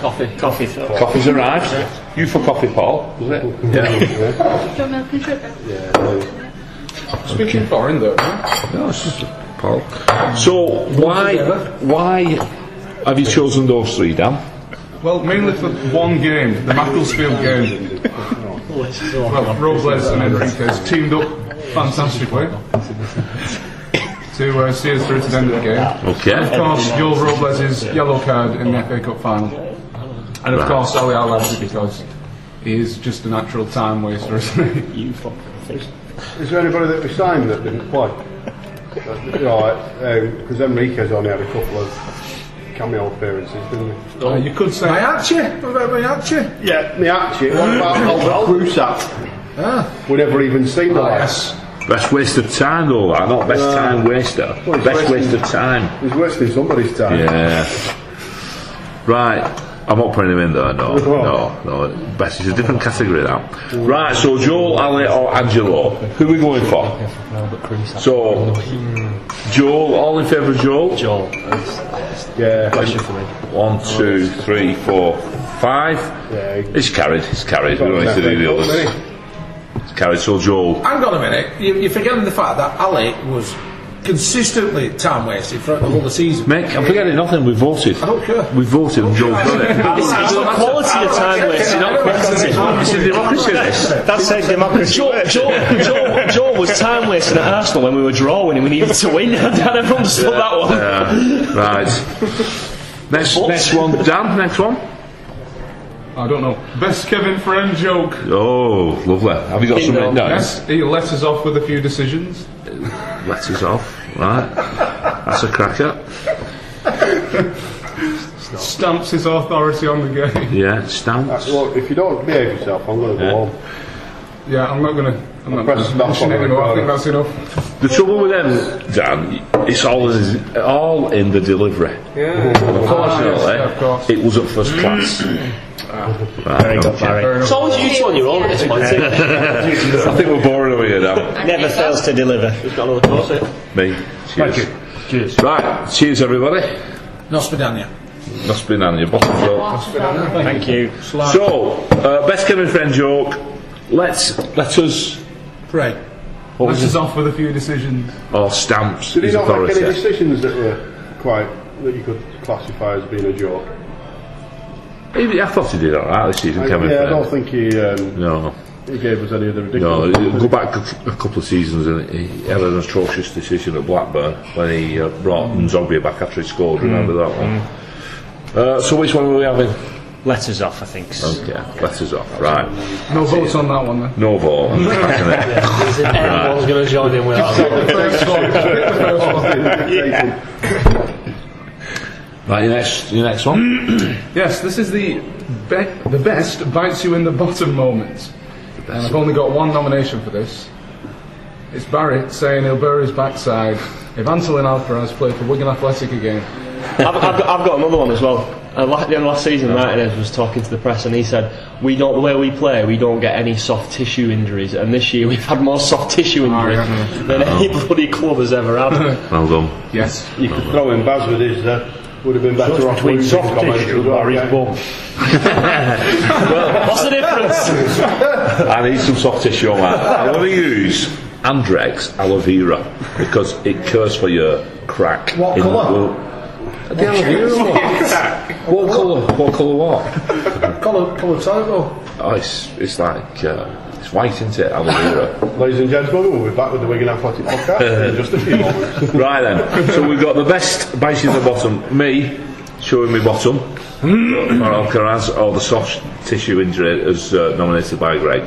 [SPEAKER 6] Coffee, coffee.
[SPEAKER 1] Coffee's arrived. You for coffee, Paul, was it? Yeah.
[SPEAKER 3] Do you want milk and sugar?
[SPEAKER 9] Speaking foreign, though. right?
[SPEAKER 1] no, it's just Paul. So why why have you chosen those three, Dan?
[SPEAKER 9] Well, mainly for one game, the Macclesfield game. well, Robles and Enriquez teamed up fantastically to uh, see us through to the end of the game. Of
[SPEAKER 1] Okay.
[SPEAKER 9] course, Joel Robles' yellow card in the FA Cup final. And of course, Ali Al Hamzi because he is just a natural time waster, isn't he?
[SPEAKER 2] Is there anybody that we signed that didn't play? um, You know, because Enrique's only had a couple of cameo appearances, didn't he?
[SPEAKER 9] Uh, you could say.
[SPEAKER 5] Miyachi. What about Miyachi?
[SPEAKER 2] Yeah, Miachi. What about Brusak?
[SPEAKER 5] Ah,
[SPEAKER 2] We never even seen the lad.
[SPEAKER 5] yes.
[SPEAKER 1] Best waste of time, though, that. Not best
[SPEAKER 2] Uh,
[SPEAKER 1] time waster.
[SPEAKER 2] well, it's
[SPEAKER 1] Best waste
[SPEAKER 2] wasting-
[SPEAKER 1] of time.
[SPEAKER 2] He's wasting somebody's time.
[SPEAKER 1] Yeah. Right. I'm not putting him in there, no. No, no. Best is a different category now. Right, so Joel, Ale, or Angelo. Who are we going for? So, Joel, all in favour of Joel?
[SPEAKER 6] Joel.
[SPEAKER 2] Yeah.
[SPEAKER 6] Question for me.
[SPEAKER 1] One, two, three, four, five.
[SPEAKER 2] Yeah.
[SPEAKER 1] It's carried, it's carried. We don't need to do the others. It's carried, so Joel.
[SPEAKER 5] Hang on a minute. You, you're forgetting the fact that Ali was consistently time wasted throughout the whole of the season.
[SPEAKER 1] Mick, I'm forgetting nothing, we voted.
[SPEAKER 5] I don't care.
[SPEAKER 1] We voted and Joel's done it.
[SPEAKER 6] It's, it's the quality of time wasted, not quantity.
[SPEAKER 1] It's a democracy, this.
[SPEAKER 8] That's said democracy.
[SPEAKER 6] Joel, Joel, Joel, Joel was time wasting at Arsenal when we were drawing and we needed to win. I never understood that one.
[SPEAKER 1] Yeah, Uh, right. Next, next one, Dan. Next one.
[SPEAKER 9] I don't know. Best Kevin Friend joke.
[SPEAKER 1] Oh, lovely. Have you got some? No.
[SPEAKER 9] Yes, he let us off with a few decisions.
[SPEAKER 1] Letters off. Right. That's a cracker.
[SPEAKER 9] It stamps his authority on the game.
[SPEAKER 1] Yeah, stamps.
[SPEAKER 2] Uh, look, if you don't behave yourself, I'm going to
[SPEAKER 1] Yeah.
[SPEAKER 2] go home.
[SPEAKER 9] Yeah, I'm not gonna. I'm not
[SPEAKER 2] press
[SPEAKER 9] gonna
[SPEAKER 2] stop
[SPEAKER 9] mention
[SPEAKER 2] on
[SPEAKER 9] it
[SPEAKER 2] it,
[SPEAKER 9] anymore. I
[SPEAKER 2] Carl.
[SPEAKER 9] think that's enough.
[SPEAKER 1] The trouble with them, Dan, it's all in, all in the delivery.
[SPEAKER 7] Yeah.
[SPEAKER 9] Ah,
[SPEAKER 1] Unfortunately,
[SPEAKER 9] yes, of course.
[SPEAKER 1] it wasn't first class. Right, okay.
[SPEAKER 6] It's always you two on your own at this point. isn't it?
[SPEAKER 1] I think we're boring over here now.
[SPEAKER 10] Never fails to deliver.
[SPEAKER 6] We've got another closet.
[SPEAKER 1] Me. Cheers.
[SPEAKER 4] Cheers.
[SPEAKER 1] Right, cheers everybody.
[SPEAKER 5] Nostradamus.
[SPEAKER 1] Must be on your bottom floor.
[SPEAKER 10] Thank you.
[SPEAKER 1] So, uh, best Kevin friend joke. Let's let us
[SPEAKER 5] Pray.
[SPEAKER 1] what was it?
[SPEAKER 9] off with a few decisions.
[SPEAKER 1] Or stamps
[SPEAKER 2] Did he
[SPEAKER 1] his
[SPEAKER 2] not make any
[SPEAKER 1] authority.
[SPEAKER 2] decisions that were quite that you could classify as being a joke?
[SPEAKER 1] He- I thought he did all right this season,
[SPEAKER 2] I,
[SPEAKER 1] Kevin.
[SPEAKER 2] yeah, I
[SPEAKER 1] Friend.
[SPEAKER 2] don't think he um,
[SPEAKER 1] No,
[SPEAKER 2] he gave us any of the
[SPEAKER 1] no.
[SPEAKER 2] ridiculous.
[SPEAKER 1] you Go back a c- a couple of seasons, and he had an atrocious decision at Blackburn when he uh, brought Nzogbia back after he
[SPEAKER 2] Mm.
[SPEAKER 1] scored. Remember that one? Uh, so, which one were we having?
[SPEAKER 10] Letters off, I think.
[SPEAKER 1] Okay, letters off. Right,
[SPEAKER 9] No votes on that one then.
[SPEAKER 1] no vote. I'm just cracking it.
[SPEAKER 6] Everyone's going to join in with that.
[SPEAKER 1] Right, your next, your next one.
[SPEAKER 9] Yes, this is the be- the best bites you in the bottom moment. And I've only got one nomination for this. It's Barrett saying he'll bury his backside if Antolin Alcaraz played for Wigan Athletic again.
[SPEAKER 6] I've, I've, got, I've got another one as well. Uh, la- the end of last season, Martinez was talking to the press and he said, "We don't the way we play, we don't get any soft tissue injuries, and this year we've had more soft tissue injuries than any bloody club has ever had."
[SPEAKER 1] Well done.
[SPEAKER 9] Yes.
[SPEAKER 2] You could throw in Baz with his. Uh, would have been better off
[SPEAKER 4] Between
[SPEAKER 2] losing
[SPEAKER 4] soft
[SPEAKER 2] comments
[SPEAKER 4] tissue
[SPEAKER 2] as well,
[SPEAKER 4] or his
[SPEAKER 2] yeah.
[SPEAKER 4] bum.
[SPEAKER 6] What's the difference?
[SPEAKER 1] I need some soft tissue on that. I'm going to use Andrex aloe vera because it cures for your crack. What colour? The, aloe vera one. What colour? What colour what?
[SPEAKER 5] Colour, colour total.
[SPEAKER 1] Oh, it's, it's like, uh, it's white, isn't it? Aloe vera.
[SPEAKER 2] Ladies and gentlemen, we'll be back with the Wigan Athletic podcast in just a few moments.
[SPEAKER 1] right then, so we've got the best base in the bottom. Me, showing me bottom. or Alcaraz, or the soft tissue injury as uh, nominated by Greg.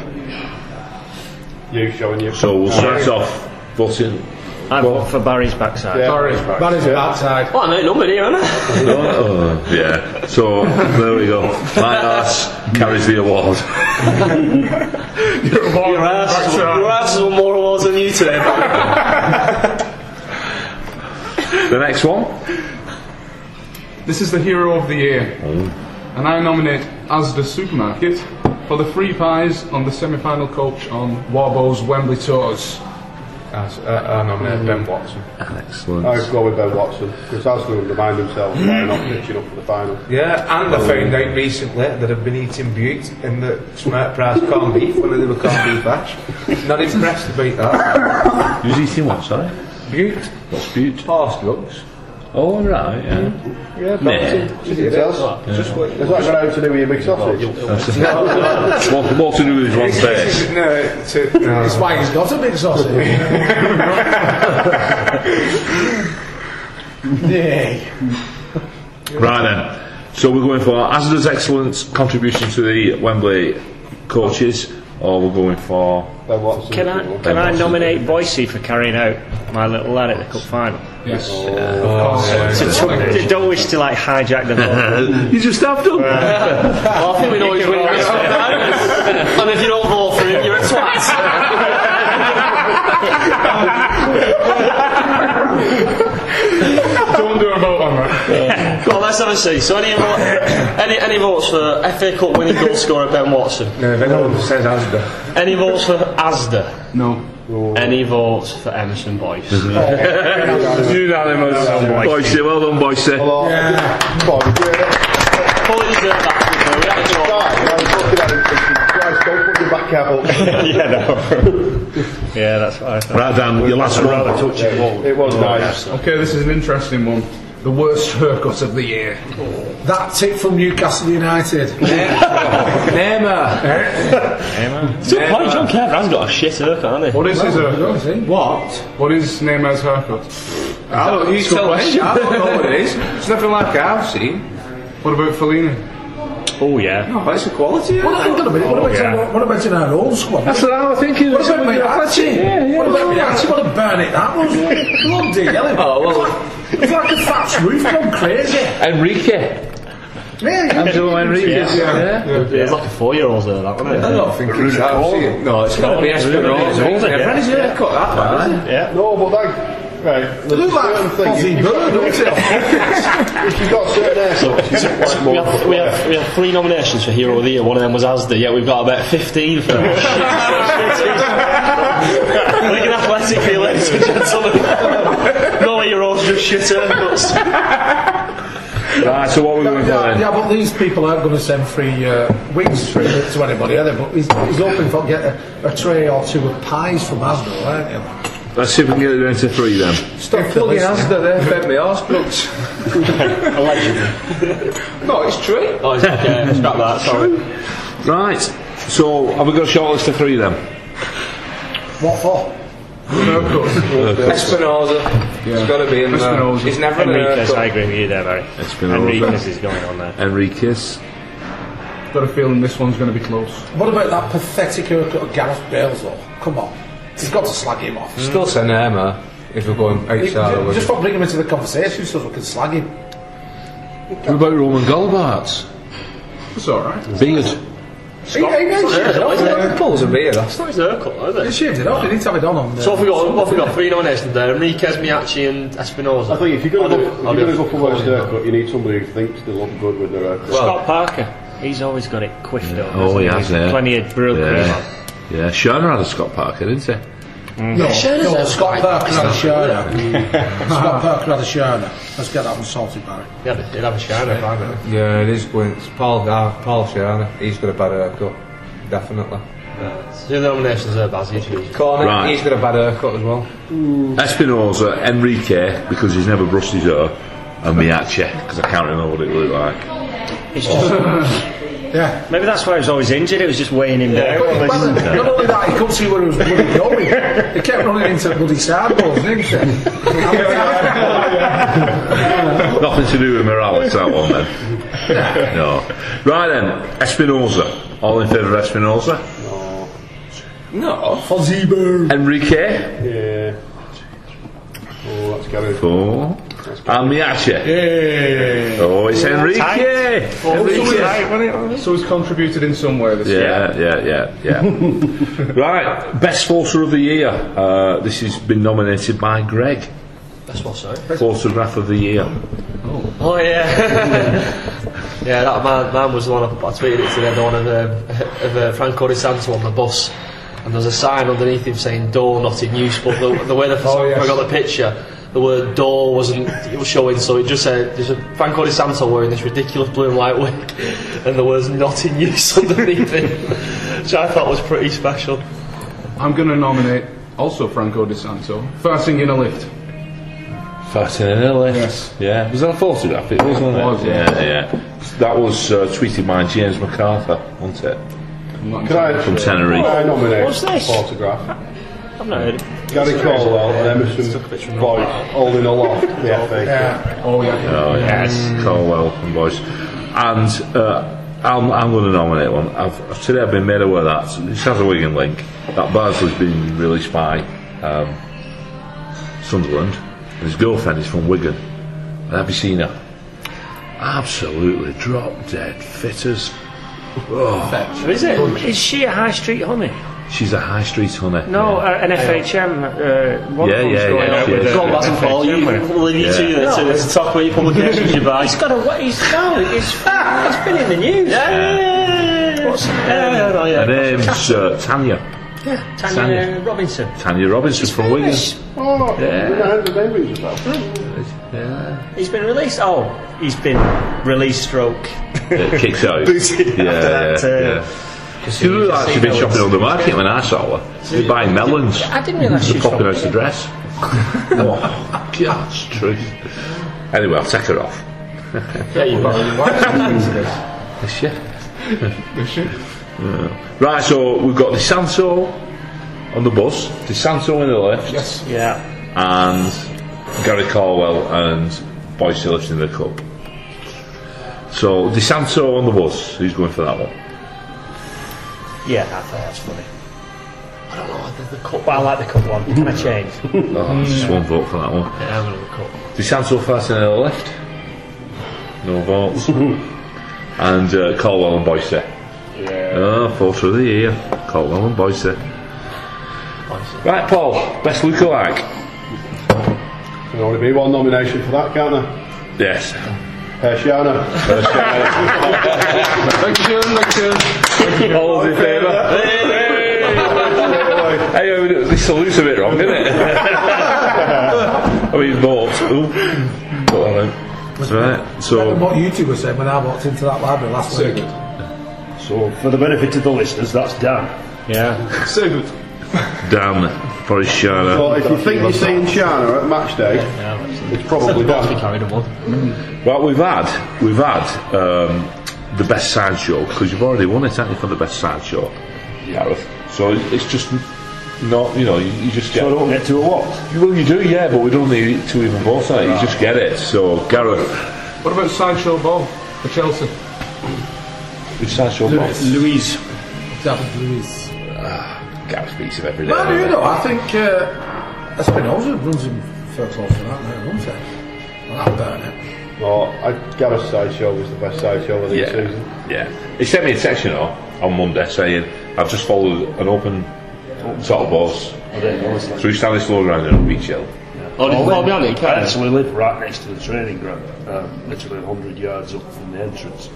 [SPEAKER 2] You showing your
[SPEAKER 1] So we'll start off voting
[SPEAKER 10] I vote for Barry's backside.
[SPEAKER 2] Sorry,
[SPEAKER 5] That is a bad side.
[SPEAKER 6] well, I ain't numbered here, am I?
[SPEAKER 1] Oh, oh, yeah. So there we go. My ass carries the award.
[SPEAKER 6] Your ass, your ass has won more awards than you today.
[SPEAKER 1] The next one.
[SPEAKER 9] This is the hero of the year.
[SPEAKER 1] Oh.
[SPEAKER 9] And I nominate Asda Supermarket for the free pies on the semi final coach on Warbo's Wembley Tours. Mm.
[SPEAKER 2] I nominate uh, Ben Watson.
[SPEAKER 1] Excellent.
[SPEAKER 2] I'd go with Ben Watson because that's going to remind himself why not pitching up for the final.
[SPEAKER 7] Yeah, and I found out recently that I've been eating Butte in the Smart Price corned beef when they do a corned beef batch. Not impressed about that.
[SPEAKER 1] Who's eating what? Sorry.
[SPEAKER 7] Butte
[SPEAKER 1] What's Butte?
[SPEAKER 7] horse drugs.
[SPEAKER 1] Oh right. Yeah.
[SPEAKER 2] Yeah,
[SPEAKER 1] Nah.
[SPEAKER 2] It does. Just what- Has that got out to do with your big sausage?
[SPEAKER 1] What, what to do with his one face?
[SPEAKER 7] No, it's, a, no.
[SPEAKER 5] That's why he's got a big sausage.
[SPEAKER 1] Right then. So we're going for Asda's excellent contribution to the Wembley coaches, or we're going for
[SPEAKER 2] Ben Watson.
[SPEAKER 10] Can I, can I nominate Boise for carrying out my little lad at the cup final?
[SPEAKER 9] Yes.
[SPEAKER 10] So t- don't wish to like hijack the vote.
[SPEAKER 1] you just have done.
[SPEAKER 6] Well, I think we know he's winning this year. And if you don't vote for him, you're a twat.
[SPEAKER 9] Don't do a vote on that.
[SPEAKER 6] well, let's have a see. So, any, vo- any, any votes for FA Cup winning goal scorer Ben Watson?
[SPEAKER 7] no, if anyone says Asda.
[SPEAKER 6] Any votes for Asda?
[SPEAKER 9] No.
[SPEAKER 6] Any votes for Emerson Boyce?
[SPEAKER 9] Oh,
[SPEAKER 1] Unanimous. Boise, well done, Boise.
[SPEAKER 2] Oh, Bob, yeah.
[SPEAKER 6] Fully deserve that. to be fair. We had a draw.
[SPEAKER 2] Right, I was looking at him thinking, Christ, don't put your back out.
[SPEAKER 10] yeah, that's what I thought.
[SPEAKER 1] Right Dan, your last one.
[SPEAKER 2] It was nice.
[SPEAKER 9] Okay, this is an interesting one. The worst haircut of the year.
[SPEAKER 1] Oh.
[SPEAKER 5] that tip from Newcastle United.
[SPEAKER 7] Neymar.
[SPEAKER 6] So, why John Carver's got a shit haircut, hasn't he?
[SPEAKER 9] What is his haircut?
[SPEAKER 7] What?
[SPEAKER 9] What is Neymar's haircut?
[SPEAKER 7] I don't, you
[SPEAKER 9] That's a good
[SPEAKER 7] tell me.
[SPEAKER 9] question.
[SPEAKER 7] Oh, I don't know what it is. It's nothing like I've seen.
[SPEAKER 9] What about Fellini?
[SPEAKER 10] Oh yeah. Oh,
[SPEAKER 7] Oh, that's the quality.
[SPEAKER 5] What, hang on a minute, what about, in, what about in our old squad? That's what I was thinking. What about Miyati? what about Miyati? What a burn it that was. Bloody hell.
[SPEAKER 7] Oh, well.
[SPEAKER 5] It's like a thatch roof gone crazy.
[SPEAKER 1] Enrique.
[SPEAKER 10] Really? Angelo Enriquez.
[SPEAKER 9] Yeah.
[SPEAKER 10] Yeah.
[SPEAKER 9] Yeah.
[SPEAKER 10] It's like a four-year-old there, that one.
[SPEAKER 7] I don't think it's that. No, it's
[SPEAKER 1] Oh,
[SPEAKER 7] got to be Esperanza. Esperanza, yeah, cut that one, isn't it?
[SPEAKER 10] Yeah.
[SPEAKER 2] No, but that. Right. There's
[SPEAKER 5] Look like
[SPEAKER 2] certain
[SPEAKER 5] Ozzy
[SPEAKER 2] things. You've got to know- if you've got certain airsoft, you can quite
[SPEAKER 6] We
[SPEAKER 2] more.
[SPEAKER 6] have, we, have, we have three nominations for Hero of the Year. One of them was Asda. Yet we've got about fifteen for. Look at athletic for you, ladies and gentlemen. No heroes, just shit haircuts.
[SPEAKER 1] Right, so what are we going for
[SPEAKER 5] Yeah,
[SPEAKER 1] then?
[SPEAKER 5] yeah, but these people aren't going to send free uh, wings free to anybody, are they? But he's, he's hoping for get a, a tray or two of pies from Asda, aren't
[SPEAKER 1] Let's see if we can get it down to three then.
[SPEAKER 5] you? Stop
[SPEAKER 7] Bloody
[SPEAKER 5] filling
[SPEAKER 7] Asda,
[SPEAKER 5] Asda.
[SPEAKER 7] they fed me arse plugs. No, it's true.
[SPEAKER 6] Oh, it's okay. Scrap that. Sorry.
[SPEAKER 1] Right, so have we got a short list of three then?
[SPEAKER 5] What for?
[SPEAKER 7] Esperanza. It's got to be in there.
[SPEAKER 9] Espinosa.
[SPEAKER 7] He's never in
[SPEAKER 10] Enriquez, I
[SPEAKER 7] there.
[SPEAKER 10] agree with you there, Barry.
[SPEAKER 1] It's been a little bit.
[SPEAKER 10] Enriquez is going on there.
[SPEAKER 1] Enriquez.
[SPEAKER 9] Got a feeling this one's going to be close.
[SPEAKER 5] What about that pathetic haircut of Gareth Bales, though? Come on. He's got to slag him off.
[SPEAKER 7] Still send him, eh, if we're going outside.
[SPEAKER 5] Just
[SPEAKER 7] with
[SPEAKER 5] for bringing him into the conversation so we can slag him.
[SPEAKER 1] What about Roman Golbart?
[SPEAKER 9] It's all right.
[SPEAKER 1] Beard.
[SPEAKER 5] He, he, he shaved it off.
[SPEAKER 7] it. Pulls a beer, that's
[SPEAKER 6] It's not his haircut, though,
[SPEAKER 5] He
[SPEAKER 6] is it?
[SPEAKER 5] shaved it off. He needs to have it on on
[SPEAKER 6] So
[SPEAKER 5] the...
[SPEAKER 6] what have we got? What have we got? Three nominations there: Enriquez, Miachi, and Espinosa.
[SPEAKER 2] I think if you're going
[SPEAKER 6] I'll do
[SPEAKER 2] to
[SPEAKER 6] it.
[SPEAKER 2] go,
[SPEAKER 6] I'll
[SPEAKER 2] if you're going
[SPEAKER 6] do
[SPEAKER 2] to
[SPEAKER 6] it.
[SPEAKER 2] go for West haircut, you need somebody who thinks they look good with their haircut.
[SPEAKER 10] Scott Parker. He's always got it quiffed up.
[SPEAKER 1] Oh, he
[SPEAKER 10] hasn't
[SPEAKER 1] has,
[SPEAKER 10] He's
[SPEAKER 1] yeah.
[SPEAKER 10] Plenty of brill cream on.
[SPEAKER 1] Yeah. Yeah, Sherner had a Scott Parker, didn't he?
[SPEAKER 10] Mm.
[SPEAKER 5] No, no, Scott Parker had a Sharner. Scott Parker had a Sharner. Let's get that one sorted, Barry.
[SPEAKER 6] Yeah, but he'll have a shiner.
[SPEAKER 7] Yeah, it is going. It's Paul, uh, Paul Sharner. He's got a bad haircut. Definitely.
[SPEAKER 6] Two nominations there, Baz. You choose.
[SPEAKER 7] Corner,
[SPEAKER 1] Right.
[SPEAKER 7] he's got a bad haircut as well.
[SPEAKER 1] Espinosa, Enrique, because he's never brushed his hair, and Miace, because I can't remember what it looked like.
[SPEAKER 10] It's just,
[SPEAKER 5] Yeah.
[SPEAKER 10] maybe that's why he was always injured. It was just weighing him down.
[SPEAKER 5] Well, not only that, he couldn't see where he was bloody going. He kept running into bloody sandballs, didn't he?
[SPEAKER 1] Nothing to do with Morales, that one then. no. Right then, Espinosa. All in favour of Espinosa?
[SPEAKER 7] No.
[SPEAKER 5] Fuzzy bird.
[SPEAKER 1] Enrique?
[SPEAKER 2] Yeah. Oh, that's Gary.
[SPEAKER 1] Four. And Miace?
[SPEAKER 9] Yeah.
[SPEAKER 1] Oh, it's
[SPEAKER 5] Oh,
[SPEAKER 1] Enrique! Enrique!
[SPEAKER 9] So he's contributed in some way this year.
[SPEAKER 1] Yeah, yeah, yeah, yeah. right, best photo of the year. Uh, this has been nominated by Greg.
[SPEAKER 6] That's what's up.
[SPEAKER 1] Photograph of the year.
[SPEAKER 6] Oh yeah, yeah. That man, man was the one I, I tweeted it today. The one of, um, of uh, Franco Di Santo on the bus, and there's a sign underneath him saying "door not in use." But the, the way the photographer got the picture, the word "door" wasn't it was showing, so it just said there's a Franco Di Santo wearing this ridiculous blue and white wig, and the words "not in use" underneath it, which I thought was pretty special.
[SPEAKER 9] I'm going to nominate also Franco Di Santo. Farting in a lift.
[SPEAKER 1] Fascinating,
[SPEAKER 9] Yes.
[SPEAKER 1] Yeah. Was that a photograph? It was, wasn't it?
[SPEAKER 9] was, yeah.
[SPEAKER 1] yeah, yeah. That was uh, tweeted by James MacArthur, wasn't it?
[SPEAKER 9] I'm not
[SPEAKER 2] Can I,
[SPEAKER 1] From
[SPEAKER 2] Can
[SPEAKER 1] Tenerife.
[SPEAKER 2] I nominate
[SPEAKER 10] What's this?
[SPEAKER 2] photograph?
[SPEAKER 10] I've not heard. it.
[SPEAKER 2] Gary Caldwell and Emerson Boyd holding aloft the FA.
[SPEAKER 9] Oh, yeah.
[SPEAKER 1] Oh, yes.
[SPEAKER 10] Mm.
[SPEAKER 2] Mm.
[SPEAKER 1] Caldwell and boys. And uh, I'm, I'm going to nominate one. I've, today I've been made aware that this has a Wigan link. That Barsley's been released by um, Sunderland. And his girlfriend is from Wigan. And have you seen her? Absolutely drop dead fitters. Oh,
[SPEAKER 10] Is it? Is she a high street honey?
[SPEAKER 1] she's a high street honey.
[SPEAKER 10] No, uh, an FHM. Uh, what
[SPEAKER 1] Yeah,
[SPEAKER 10] one's
[SPEAKER 1] yeah,
[SPEAKER 10] going
[SPEAKER 1] yeah,
[SPEAKER 10] on
[SPEAKER 1] yeah.
[SPEAKER 10] with
[SPEAKER 1] Go
[SPEAKER 10] the
[SPEAKER 1] on,
[SPEAKER 6] That's
[SPEAKER 10] FHM
[SPEAKER 6] Paul, you
[SPEAKER 10] winner?
[SPEAKER 6] leave you two uh,
[SPEAKER 10] Yeah.
[SPEAKER 6] to, to talk about your publications you buy.
[SPEAKER 10] He's got a what? He's no, it's fat. It's been in the news. Yeah. What's
[SPEAKER 6] Yeah,
[SPEAKER 10] uh,
[SPEAKER 6] no, yeah.
[SPEAKER 1] Her name's uh, Tanya.
[SPEAKER 10] Tanya Robinson?
[SPEAKER 1] Tanya Robinson from Wigan.
[SPEAKER 2] Oh, I had the memories of that.
[SPEAKER 10] He's been released. Oh, he's been released. Stroke.
[SPEAKER 1] Yeah, kicked out. yeah, yeah,
[SPEAKER 10] that, uh,
[SPEAKER 1] yeah. She looked like she'd been shopping on the market when I saw her. She was buying melons.
[SPEAKER 10] I didn't realise she was
[SPEAKER 1] popping
[SPEAKER 10] from.
[SPEAKER 1] out the dress. oh, God's truth. Anyway, I'll take her off.
[SPEAKER 6] Yeah, you buy.
[SPEAKER 1] Is she? Yeah. Right, so we've got DeSanto on the bus, DeSanto in the lift,
[SPEAKER 10] Yeah.
[SPEAKER 1] and Gary Carwell and Boyce Ellis in the cup. So DeSanto on the bus, who's going for that one?
[SPEAKER 10] Yeah, I thought that's funny. I don't know. The, the cup. But I like the cup one. Can I change? Hmm.
[SPEAKER 1] Oh, just one vote for that one.
[SPEAKER 6] Yeah, I'm gonna cut.
[SPEAKER 1] Did Santo Fatin on the left? No votes. and uh, Caldwell and Boyce. Yeah. Oh, photo of the year. Caldwell and Boyce. Right, Paul, best lookalike.
[SPEAKER 2] There's only be one nomination for that, can't there?
[SPEAKER 1] Yes.
[SPEAKER 2] Persiana.
[SPEAKER 9] Thank you, thank you.
[SPEAKER 1] All those in favour? Hey, I mean, this salute's a bit wrong, isn't it? I mean, balls. Ooh. Put that out. Right,
[SPEAKER 5] And
[SPEAKER 1] so
[SPEAKER 5] what you two were saying when I walked into that library last week.
[SPEAKER 4] So, for the benefit of the listeners, that's Dan.
[SPEAKER 10] Yeah.
[SPEAKER 9] So good.
[SPEAKER 1] Dan for his Shana.
[SPEAKER 2] Well, if you think you're seeing China at match day, it's probably
[SPEAKER 6] He
[SPEAKER 2] done.
[SPEAKER 6] carried a one.
[SPEAKER 1] Well, we've had we've had um, the best side show because you've already won it, haven't you, for the best side show, Gareth? So it's it's just not you know you, you just get.
[SPEAKER 4] So I don't get to a what?
[SPEAKER 1] well, you do, yeah, but we don't need it to even vote on it. You just get it. So Gareth,
[SPEAKER 9] What about Sideshow Bob for Chelsea?
[SPEAKER 1] which side show? vote?
[SPEAKER 4] Louise.
[SPEAKER 5] David Luiz.
[SPEAKER 1] Ah, Gareth beats him every day.
[SPEAKER 5] Well,
[SPEAKER 1] doesn't
[SPEAKER 5] you
[SPEAKER 1] he?
[SPEAKER 5] know, I think uh, Espinosa runs him fair close to that now, doesn't he? Well, that burner.
[SPEAKER 2] Well, I Gareth's sideshow was the best sideshow of the season.
[SPEAKER 1] Yeah, yeah. He sent me a text, you know, on Monday saying, I've just followed an open sort of bus through Stanislaw Ground and up Beach Hill.
[SPEAKER 6] Oh, did Paul be on it? He
[SPEAKER 4] I
[SPEAKER 6] carried it.
[SPEAKER 4] actually live right next to the training ground, um, literally 100 yards up from the entrance.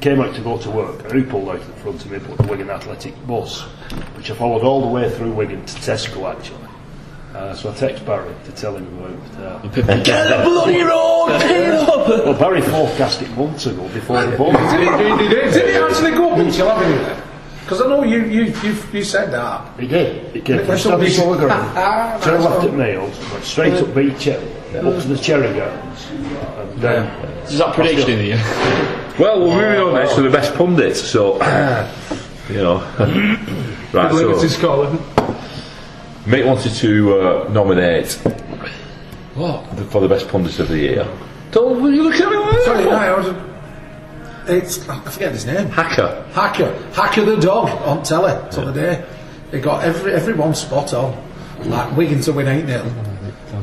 [SPEAKER 4] Came out to go to work, and who pulled out in front of me but the Wigan Athletic bus, which I followed all the way through Wigan to Tesco actually. Uh, so I text Barry to tell him about. Uh,
[SPEAKER 6] Get the bloody road! Get up!
[SPEAKER 4] well, Barry forecast it months ago before the ball.
[SPEAKER 5] Did he, actually go up until having it? Because I know you, you, you, you said that.
[SPEAKER 4] He did. He came from
[SPEAKER 5] Where's all
[SPEAKER 4] Stabby
[SPEAKER 5] these
[SPEAKER 4] Solar
[SPEAKER 5] Ah, ah,
[SPEAKER 4] Turn
[SPEAKER 5] that's
[SPEAKER 4] left
[SPEAKER 5] all.
[SPEAKER 4] at Nails, went straight up Beach Hill, up to the Cherry Gardens. And then,
[SPEAKER 6] Is that prediction in the year?
[SPEAKER 1] Well, we're moving on next to the best pundit, so, you know. right,
[SPEAKER 9] Liberty
[SPEAKER 1] so,
[SPEAKER 9] Scotland.
[SPEAKER 1] Mick wanted to uh, nominate the- for the best pundit of the year. Don't will you look at me like that?
[SPEAKER 5] Sorry, no, I was. It's, I forget his name.
[SPEAKER 1] Hacker.
[SPEAKER 5] Hacker. Hacker the dog on telly to the day. They got every everyone spot on. Like Wigan to win 8 0.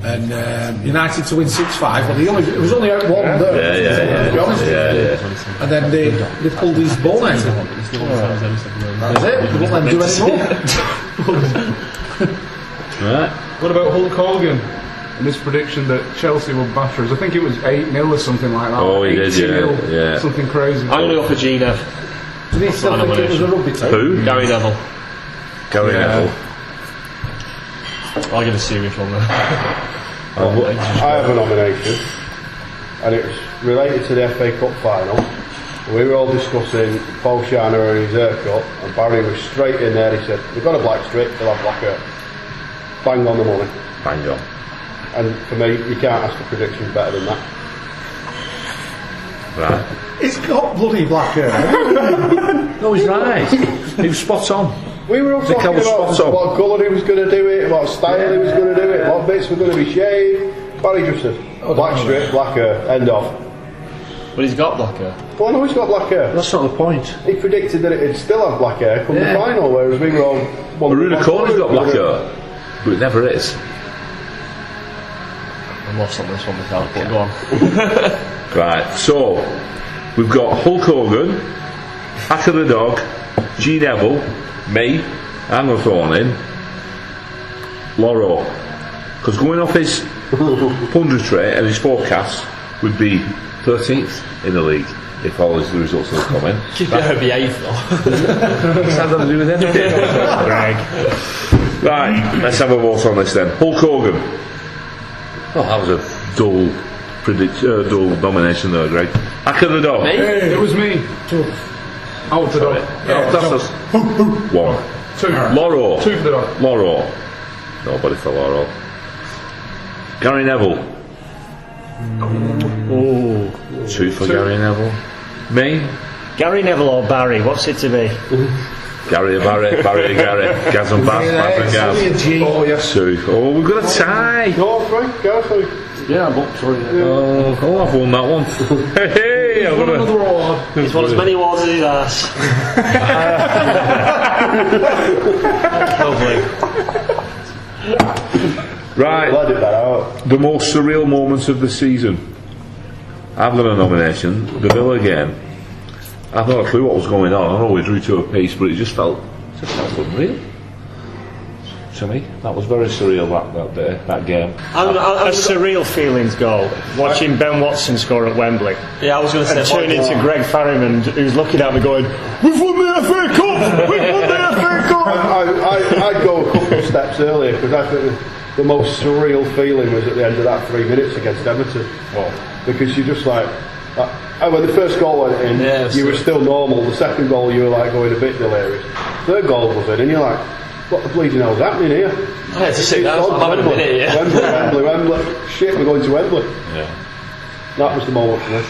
[SPEAKER 5] And um, United to win 6 5. Well, they only, it was only out one
[SPEAKER 1] Yeah,
[SPEAKER 5] there.
[SPEAKER 1] yeah,
[SPEAKER 5] to be honest
[SPEAKER 1] yeah.
[SPEAKER 5] with you.
[SPEAKER 1] yeah, yeah.
[SPEAKER 5] And then they, they pulled these ball out. That's it. They won't let them do any more.
[SPEAKER 1] Right.
[SPEAKER 9] What about Hulk Hogan? And his prediction that Chelsea would batter us. I think it was 8 0 or something like that.
[SPEAKER 1] Oh, he did, yeah,
[SPEAKER 9] 8-0,
[SPEAKER 1] yeah.
[SPEAKER 9] Something crazy.
[SPEAKER 6] I'm going to go for Gene F.
[SPEAKER 5] Do they still think it was a rugby team?
[SPEAKER 1] Who?
[SPEAKER 6] Gary Neville.
[SPEAKER 1] Gary Neville.
[SPEAKER 6] I'll get a serious one there.
[SPEAKER 1] And what-
[SPEAKER 2] I have a nomination, and it's related to the FA Cup final. We were all discussing Paul Shana and his haircut, and Barry was straight in there. He said, "We've got a black strip, they'll have black hair." Bang on the money.
[SPEAKER 1] Bang on.
[SPEAKER 2] And for me, you can't ask for predictions better than that.
[SPEAKER 1] Right.
[SPEAKER 5] It's got bloody black hair.
[SPEAKER 1] No, he's right. he was spot on.
[SPEAKER 2] We were all
[SPEAKER 1] The
[SPEAKER 2] talking
[SPEAKER 1] colour
[SPEAKER 2] about
[SPEAKER 1] spot on.
[SPEAKER 2] what colour he was going to do it, what style he was going to do it, what bits were going to be shaved. Barry just
[SPEAKER 1] Oh,
[SPEAKER 2] said, black strip, black hair, end off.
[SPEAKER 6] But he's got black hair.
[SPEAKER 2] Well, I know he's got black hair.
[SPEAKER 1] That's not the point.
[SPEAKER 2] He predicted that it'd still have black hair come
[SPEAKER 1] Yeah.
[SPEAKER 2] the final, whereas we were all. Well,
[SPEAKER 1] Maruna Corner's got black hair, but it never is.
[SPEAKER 6] I'm lost on this one myself, but go on.
[SPEAKER 1] Right, so we've got Hulk Hogan, Hacker the Dog, G Neville, me, I'm going to throw on in, Loro. Because going off his punditry and his forecasts would be 13th in the league if all his the results had come in.
[SPEAKER 6] That'd be eighth though.
[SPEAKER 1] What's that got to do with anything? right, let's have a vote on this then. Hulk Hogan. Oh, that was a dull predict, uh, dull nomination there, Greg. Hacker the dog.
[SPEAKER 9] It was me. Out for the dog.
[SPEAKER 1] Oh, that's us. One.
[SPEAKER 9] Two.
[SPEAKER 1] Loro.
[SPEAKER 9] Two for the dog.
[SPEAKER 1] Loro. Nobody for Loro. Gary Neville. Oh. Two for Gary Neville. Me.
[SPEAKER 10] Gary Neville or Barry, what's it to be?
[SPEAKER 1] Gary and Barry. Barry and Gary. Gaz and Baz. Baz and Gaz.
[SPEAKER 2] Oh, yes.
[SPEAKER 1] Two. Oh, we've got a tie.
[SPEAKER 2] Go three, go three.
[SPEAKER 6] Yeah, I'm up for it.
[SPEAKER 1] Oh, oh, I've won that one. hey, I've won another one.
[SPEAKER 10] He's won as many awards as his
[SPEAKER 6] uh,
[SPEAKER 10] ass.
[SPEAKER 6] Lovely.
[SPEAKER 1] Right,
[SPEAKER 2] Bloody that out.
[SPEAKER 1] the most surreal moments of the season. I've got a nomination. The Bill again. I've not a clue what was going on. I know we drew to a piece, but it just felt it just felt unreal to me. That was very surreal that that day, that game.
[SPEAKER 10] And, a surreal feelings goal watching Ben Watson score at Wembley.
[SPEAKER 6] Yeah, I was going to say.
[SPEAKER 10] And turning to Greg Farriman, who's looking at me going, "We've won the FA Cup! We've won the FA
[SPEAKER 2] I,
[SPEAKER 10] Cup!"
[SPEAKER 2] I, I, I'd go a couple of steps earlier because I think the, the most surreal feeling was at the end of that three minutes against Everton. Because you're just like, uh, and when the first goal went in,
[SPEAKER 6] Yeah,
[SPEAKER 2] you were
[SPEAKER 6] so-
[SPEAKER 2] still normal. The second goal, you were like going a bit delirious. Third goal was in, and you're like, what the bleeding hell's happening here?
[SPEAKER 6] I had to sit down.
[SPEAKER 2] on
[SPEAKER 6] I'm having a
[SPEAKER 2] Wembley,
[SPEAKER 6] minute here.
[SPEAKER 2] Wembley, Wembley, Wembley. Shit, we're going to Wembley. Yeah. That was the moment for me.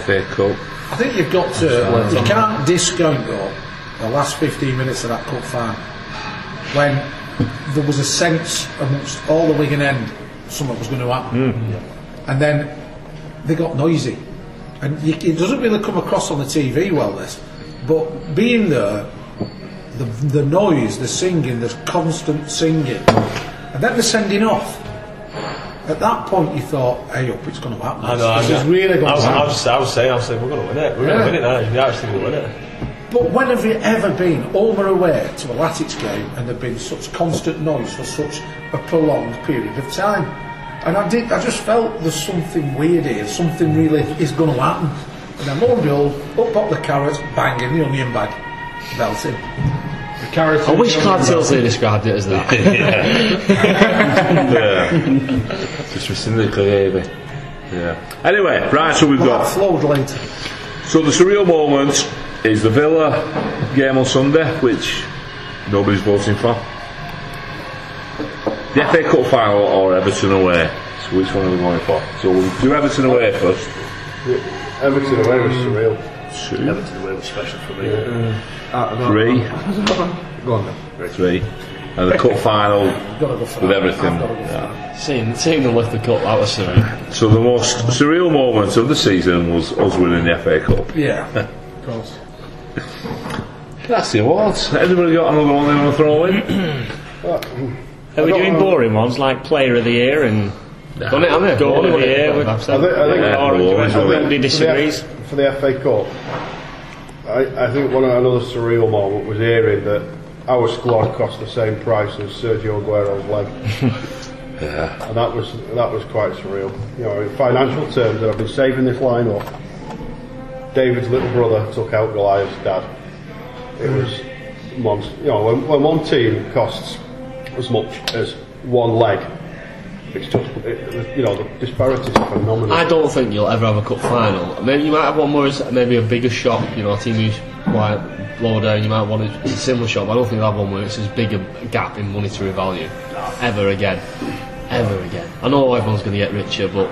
[SPEAKER 1] FA Cup.
[SPEAKER 5] I think you've got to. You can't discount though the last 15 minutes of that cup final when there was a sense amongst all the Wigan end something was going to
[SPEAKER 10] Hmm.
[SPEAKER 5] happen, and then they got noisy, and you, it doesn't really come across on the TV well this, but being there, the the noise, the singing, the constant singing, and then the sending off. At that point, you thought, "Hey, up, it's going to happen.
[SPEAKER 6] I know, I
[SPEAKER 5] this
[SPEAKER 6] know.
[SPEAKER 5] is really going
[SPEAKER 6] I
[SPEAKER 5] to
[SPEAKER 6] was,
[SPEAKER 5] happen."
[SPEAKER 6] I, was, I was saying, I was saying, we're going to win it. We're going
[SPEAKER 5] Yeah.
[SPEAKER 6] to win it now. We're actually going to win it.
[SPEAKER 5] But when have you ever been home or away to a Latics game and there'd been such constant noise for such a prolonged period of time? And I did, I just felt there's something weird here, something really is going to happen. And then lo and behold, up pop the carrots, bang in the onion bag, belted.
[SPEAKER 6] I wish Cartels they described it as that.
[SPEAKER 1] Just rescinded clearly. Yeah. Anyway, right, so we've
[SPEAKER 5] That
[SPEAKER 1] got
[SPEAKER 5] flowed later.
[SPEAKER 1] So the surreal moment is the Villa game on Sunday, which nobody's voting for. The FA Cup final or Everton away. So which one are we going for? So we'll do Everton away first.
[SPEAKER 2] Everton away was surreal.
[SPEAKER 1] Two,
[SPEAKER 4] Everton away was special for me.
[SPEAKER 2] Uh,
[SPEAKER 1] three,
[SPEAKER 2] Go on then.
[SPEAKER 1] three, and the cup final with everything. Yeah.
[SPEAKER 6] seeing, seeing them lift the cup, that was surreal.
[SPEAKER 1] So the most surreal moment of the season was us winning the FA Cup.
[SPEAKER 5] Yeah, of course.
[SPEAKER 1] That's the awards. Everybody got another one they want to throw in?
[SPEAKER 10] Are we doing boring ones like Player of the Year and
[SPEAKER 6] Done it, haven't it?
[SPEAKER 10] Goal of the
[SPEAKER 6] Done it.
[SPEAKER 10] Year?
[SPEAKER 6] I've said-
[SPEAKER 2] I think, I think
[SPEAKER 1] Yeah,
[SPEAKER 10] Or
[SPEAKER 1] well,
[SPEAKER 10] do
[SPEAKER 1] I
[SPEAKER 10] everybody
[SPEAKER 1] think-
[SPEAKER 10] disagrees?
[SPEAKER 2] For the, F- for the FA Cup, I, I think one of another surreal moment was hearing that our squad cost the same price as Sergio Aguero's leg. yeah. And that was that was quite surreal. You know, in financial terms, I've been saving this line up. David's little brother took out Goliath's dad. It was monster. You know, when, when one team costs as much as one leg, it's just it, you know the disparities are phenomenal.
[SPEAKER 6] I don't think you'll ever have a cup final. Maybe you might have one more, maybe a bigger shock. You know, a team who's quite low down, you might want a a similar shock. But I don't think you'll have one where it's as big a gap in monetary value ever again, ever again. I know everyone's going to get richer, but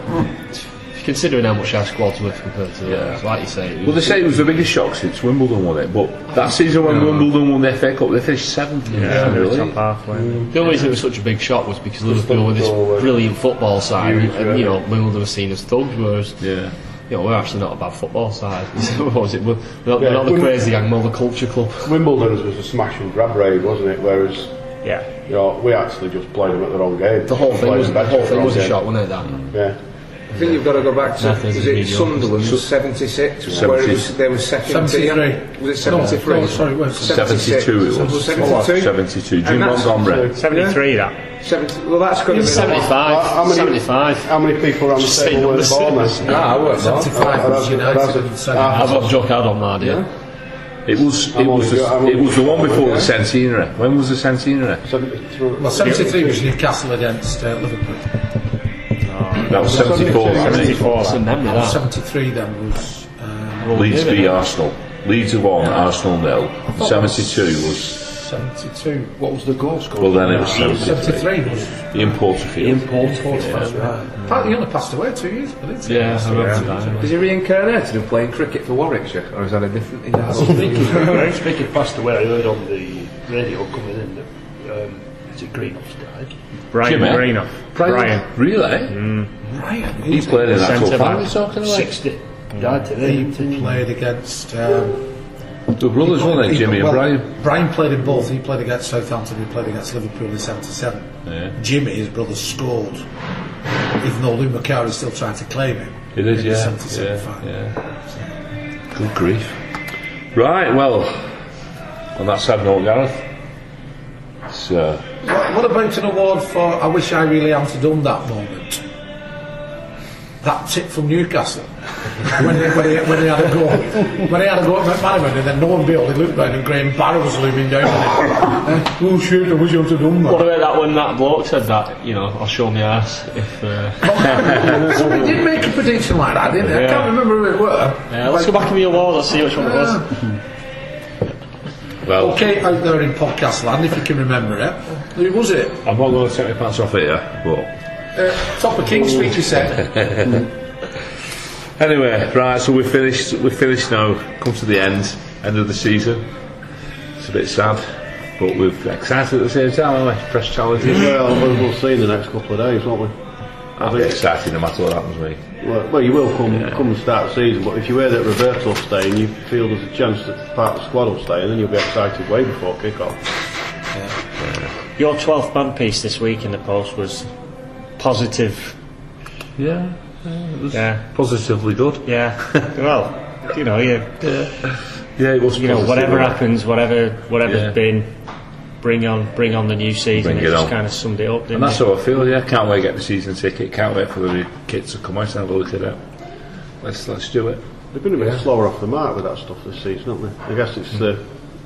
[SPEAKER 6] considering how much our squad's worth compared to theirs, like you say, it
[SPEAKER 1] Well, they
[SPEAKER 6] was,
[SPEAKER 1] say it was the biggest shock since Wimbledon won it, but that season when Wimbledon won the FA Cup, they finished seventh. Yeah, really.
[SPEAKER 6] the only reason it was such a big shock was because Liverpool were this
[SPEAKER 2] football, uh,
[SPEAKER 6] brilliant football side,
[SPEAKER 2] huge,
[SPEAKER 6] and you
[SPEAKER 2] yeah.
[SPEAKER 6] know, Wimbledon was seen as thugs, whereas
[SPEAKER 1] Yeah.
[SPEAKER 6] you know, we're actually not a bad football side. what was it? We're we're not, we're
[SPEAKER 2] Yeah.
[SPEAKER 6] not the crazy gang, we're the culture club.
[SPEAKER 2] Wimbledon's was a smash and grab raid, wasn't it? Whereas,
[SPEAKER 10] Yeah.
[SPEAKER 2] you know, we actually just played them at the wrong game.
[SPEAKER 6] The whole thing
[SPEAKER 2] Played
[SPEAKER 6] was
[SPEAKER 2] them back
[SPEAKER 6] the whole
[SPEAKER 2] at
[SPEAKER 6] thing
[SPEAKER 2] wrong
[SPEAKER 6] was a
[SPEAKER 2] game.
[SPEAKER 6] shot, wasn't it? That
[SPEAKER 2] Yeah.
[SPEAKER 7] I think you've got to go back to
[SPEAKER 6] Nothing's
[SPEAKER 7] was it
[SPEAKER 6] video.
[SPEAKER 7] Sunderland seventy six where it was they were second to-
[SPEAKER 5] 73.
[SPEAKER 7] was it seventy three
[SPEAKER 5] No,
[SPEAKER 6] Oh,
[SPEAKER 5] no, sorry, it was
[SPEAKER 1] 72 it was.
[SPEAKER 7] seventy two
[SPEAKER 1] 72. Jim
[SPEAKER 7] And that's-
[SPEAKER 1] Montgomery.
[SPEAKER 10] 73 that.
[SPEAKER 7] seventy well that's got to be
[SPEAKER 6] seventy
[SPEAKER 2] How
[SPEAKER 6] five,
[SPEAKER 2] many-
[SPEAKER 6] seventy five.
[SPEAKER 2] How many people around the
[SPEAKER 6] Just say
[SPEAKER 2] table were
[SPEAKER 6] numbers.
[SPEAKER 2] Bournemouth?
[SPEAKER 7] no I weren't no.
[SPEAKER 5] 75 was United and so on.
[SPEAKER 6] I've got a joke out on my dear.
[SPEAKER 1] It was it
[SPEAKER 2] I'm
[SPEAKER 1] was
[SPEAKER 2] only- I'm
[SPEAKER 1] the,
[SPEAKER 2] only-
[SPEAKER 1] it was the one before the
[SPEAKER 2] Yeah.
[SPEAKER 1] centenary. When was the centenary?
[SPEAKER 5] Well, 73 was Newcastle against uh, Liverpool.
[SPEAKER 1] That was 74. I think.
[SPEAKER 10] 74
[SPEAKER 6] It's a
[SPEAKER 10] that.
[SPEAKER 6] memory that.
[SPEAKER 5] 73 then was. Um,
[SPEAKER 1] Leeds v Arsenal. Leeds have won. Arsenal nil. 72 was.
[SPEAKER 5] 72.
[SPEAKER 2] What was the goal score?
[SPEAKER 1] Well, then it was 73.
[SPEAKER 5] 73 was.
[SPEAKER 1] Ian Porterfield. Ian Porterfield.
[SPEAKER 5] Apparently, he only passed away two years ago, didn't he?
[SPEAKER 6] Yeah, I remember that.
[SPEAKER 7] Is he reincarnated and playing cricket for Warwickshire or is that a different is that
[SPEAKER 4] Right, Speaking past away, I heard on the radio coming in that um, is it Greenoff's died?
[SPEAKER 10] Brian
[SPEAKER 1] Jim, eh?
[SPEAKER 10] Greenough. Brian.
[SPEAKER 1] Really?
[SPEAKER 5] Brian,
[SPEAKER 1] Mm. He played in that
[SPEAKER 10] Centre
[SPEAKER 1] cup.
[SPEAKER 10] back.
[SPEAKER 1] What are you talking about?
[SPEAKER 4] 60. Died today. didn't
[SPEAKER 5] He played against. Um,
[SPEAKER 1] The brothers, weren't they?
[SPEAKER 5] he-
[SPEAKER 1] Jimmy and
[SPEAKER 5] well,
[SPEAKER 1] Brian.
[SPEAKER 5] Brian played in both. He played against Southampton, he played against Liverpool in 77.
[SPEAKER 1] Yeah.
[SPEAKER 5] Jimmy, his brother, scored even though Lou Macau is still trying to claim him.
[SPEAKER 1] It is,
[SPEAKER 5] in the
[SPEAKER 1] yeah,
[SPEAKER 5] 70,
[SPEAKER 1] yeah,
[SPEAKER 5] 75.
[SPEAKER 1] Good grief. Right, well, on that sad note, Gareth, it's, uh,
[SPEAKER 5] What, what about an award for I wish I really hadn't done that moment? That tip from Newcastle when he, when, he, when he had a go when he had a go at McManaman and then no one built. He looked down and Graham Barrow was looming down. on him. Eh, oh shoot! I wish I'd have done
[SPEAKER 6] What
[SPEAKER 5] that.
[SPEAKER 6] about that when that bloke said that, you know, I'll show my ass if. Uh,
[SPEAKER 5] Somebody did make a prediction like that, didn't they? I can't remember who it were.
[SPEAKER 6] yeah, let's go back in the award, let's see which one it was.
[SPEAKER 1] well,
[SPEAKER 5] Okay, out there in podcast land, if you can remember it, who was it?
[SPEAKER 1] I'm not going to take my pants off here, but
[SPEAKER 5] Uh, top of King Street, you said.
[SPEAKER 1] anyway, right, so we're finished, we're finished now, come to the end, end of the season. It's a bit sad, but we're excited at the same
[SPEAKER 2] Oh,
[SPEAKER 1] time, aren't we? Fresh challenges.
[SPEAKER 2] Well, we'll- we'll see in the next couple of days, won't we?
[SPEAKER 1] I'll be excited no matter what happens, mate.
[SPEAKER 2] Well, well, you will come come and start the season, but if you hear that Roberto will stay and you feel there's a chance that part of the squad will stay, then you'll be excited way before kick-off.
[SPEAKER 10] Your 12th man piece this week in the post was positive.
[SPEAKER 1] Yeah,
[SPEAKER 10] Yeah.
[SPEAKER 1] positively good.
[SPEAKER 10] Yeah. well, you know, you,
[SPEAKER 1] Yeah, it was.
[SPEAKER 10] you know,
[SPEAKER 1] positive,
[SPEAKER 10] whatever
[SPEAKER 1] wasn't it?
[SPEAKER 10] happens, whatever, whatever's
[SPEAKER 1] Yeah.
[SPEAKER 10] been, bring on, bring on the new season.
[SPEAKER 1] Bring
[SPEAKER 10] it
[SPEAKER 1] it
[SPEAKER 10] just
[SPEAKER 1] on.
[SPEAKER 10] kind of summed it up, didn't
[SPEAKER 1] And that's
[SPEAKER 10] it?
[SPEAKER 1] how I feel. Yeah, can't wait to get the season ticket. Can't wait for the new kids to come out and have a look at it. Let's let's do it.
[SPEAKER 2] They've been a bit slower off the mark with that stuff this season, haven't they? I guess it's the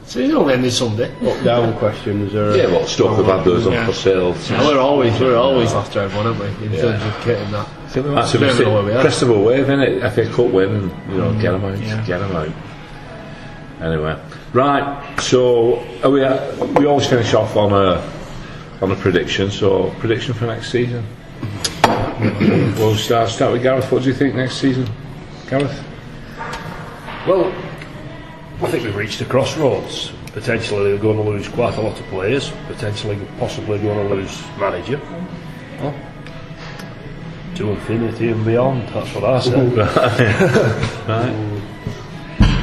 [SPEAKER 6] So you know, ended Sunday.
[SPEAKER 2] up-down questions. Are, uh,
[SPEAKER 1] Yeah, well, stuff they've had those on for sale.
[SPEAKER 6] Yeah, we're always we're always after everyone, aren't we? In terms of getting that.
[SPEAKER 1] That's a
[SPEAKER 6] Don't
[SPEAKER 1] mistake.
[SPEAKER 6] know where we are.
[SPEAKER 1] Crest of a wave, isn't it? FA Cup win, you know, get 'em get them out, get 'em out. Anyway, right. So are we uh, we always finish off on a on a prediction. So prediction for next season. we'll start start with Gareth. What do you
[SPEAKER 10] Mm.
[SPEAKER 1] think next season, Gareth?
[SPEAKER 4] Well, I think we've reached a crossroads. Potentially, they're going to lose quite a lot of players. Potentially, possibly going to lose manager. To infinity and beyond. That's what I said.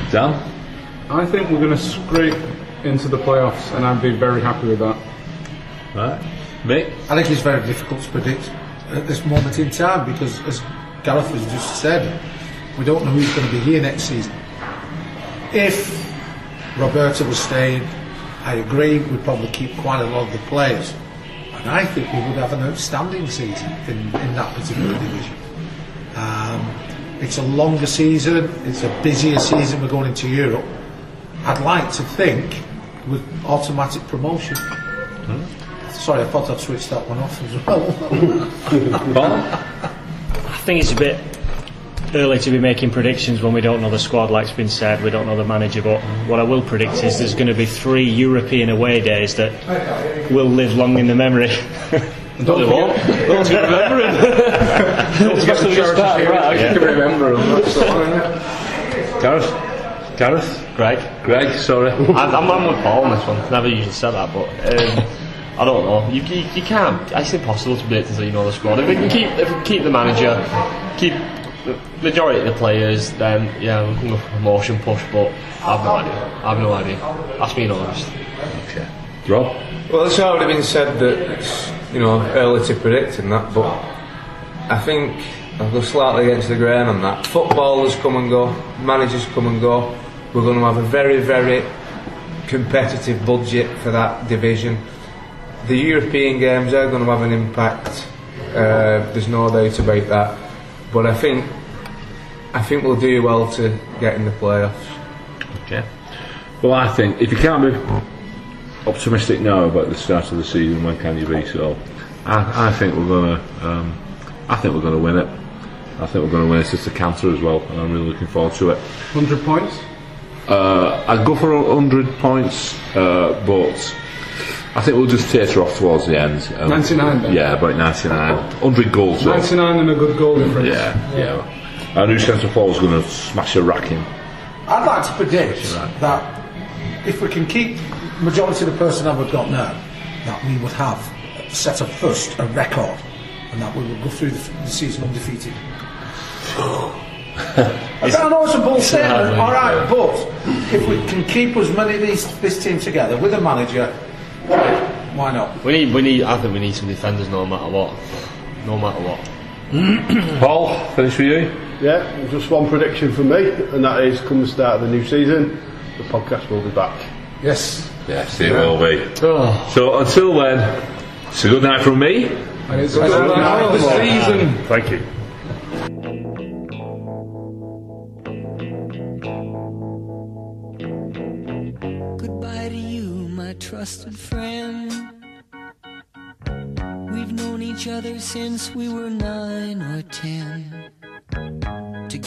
[SPEAKER 1] Dan.
[SPEAKER 9] I think we're going to scrape into the playoffs, and I'd be very happy with that.
[SPEAKER 1] Right. Mick?
[SPEAKER 5] I think it's very difficult to predict at this moment in time because, as Gareth has just said, we don't know who's going to be here next season. If Roberta was staying, I agree, we'd probably keep quite a lot of the players. And I think we would have an outstanding season in, in that particular division. Um, it's a longer season, it's a busier season, we're going into Europe. I'd like to think with automatic promotion. Sorry, I thought I'd switched that one off as well.
[SPEAKER 10] I think it's a bit early to be making predictions when we don't know the squad, like it's been said, we don't know the manager. But what I will predict is there's going to be three European away days that will live long in the memory.
[SPEAKER 6] They won't. They won't remember him. Especially when you start,
[SPEAKER 7] I
[SPEAKER 6] right?
[SPEAKER 7] can remember him. That's the one, innit?
[SPEAKER 1] Gareth? Gareth?
[SPEAKER 6] Greg.
[SPEAKER 1] Greg, sorry.
[SPEAKER 6] I'm, I'm, I'm with Paul on this one. Never usually said that, but um, I don't know. You, you, you can't. It's impossible to predict until you know the squad. If we can keep, if we can keep the manager, keep the majority of the players, then yeah, we can go for promotion push. But I've no idea. I've no idea. That's me in August.
[SPEAKER 1] okay. Rob?
[SPEAKER 7] Well, it's already been said that it's you know early to predict and that, but I think I'll go slightly against the grain on that. Footballers come and go, managers come and go. We're going to have a very, very competitive budget for that division. The European games are going to have an impact. Uh, there's no doubt about that. But I think I think we'll do well to get in the playoffs.
[SPEAKER 1] Okay. Well, I think if you can't be optimistic now about the start of the season, when can you be? So, I, I think we're gonna, um, I think we're gonna win it. I think we're gonna win it. It's a canter as well, and I'm really looking forward to it.
[SPEAKER 9] 100 points?
[SPEAKER 1] Uh, I'd go for 100 points, uh, but I think we'll just taper off towards the end. Um,
[SPEAKER 9] 99 then?
[SPEAKER 1] Yeah, about 99. 100 goals. though.
[SPEAKER 9] 99 and a good goal difference.
[SPEAKER 1] Yeah, yeah. Our new centre forward's going to smash a rack in.
[SPEAKER 5] I'd like to predict that if we can keep majority of the personnel we've got now, that we would have set a first a record, and that we would go through the, f- the season undefeated. I don't know it's a bold statement, all right, but if we can keep as many of these this team together with a manager, why not?
[SPEAKER 6] We need, we need. I think we need some defenders, no matter what. No matter what.
[SPEAKER 1] Paul, finish with you.
[SPEAKER 2] Yeah, just one prediction from me, and that is come the start of the new season, the podcast will be back.
[SPEAKER 5] Yes.
[SPEAKER 1] Yes, it will be.
[SPEAKER 5] Oh.
[SPEAKER 1] So until then, it's a good night from me.
[SPEAKER 5] And it's a good night of the season.
[SPEAKER 4] Thank you.
[SPEAKER 11] Goodbye to you, my trusted friend. We've known each other since we were nine or ten.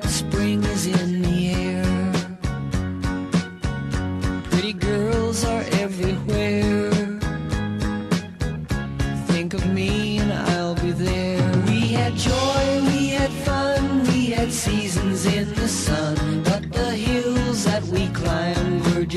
[SPEAKER 11] the spring is in the air, pretty girls are everywhere. Think of me and I'll be there. We had joy, we had fun, we had seasons in the sun. But the hills that we climbed were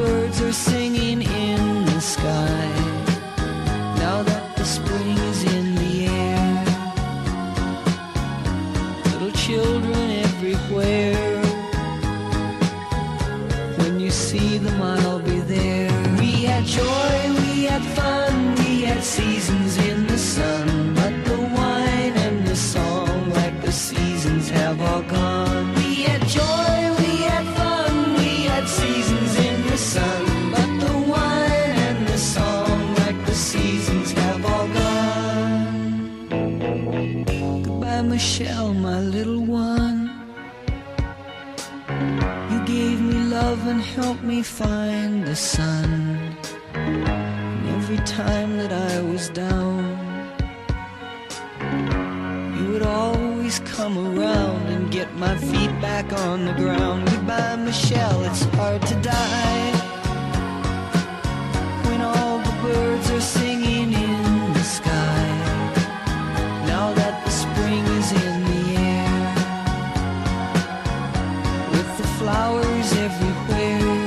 [SPEAKER 11] birds are singing in the sky. Now that the spring is in the air little children everywhere. When you see them, I'll be there. We had joy, we had fun, we had seasons in the sun. But the wine and the song, like the seasons, have all gone. We had joy, we had fun, we had seasons in the sun. But the wine and the song, like the seasons, have all gone. Goodbye, Michelle, my little one. You gave me love and helped me find the sun. And every time that I was down, you would always come around and get my feet back on the ground. Goodbye, Michelle, it's hard to die. When all the birds are singing in the sky. Now that the spring is in the air, with the flowers everywhere,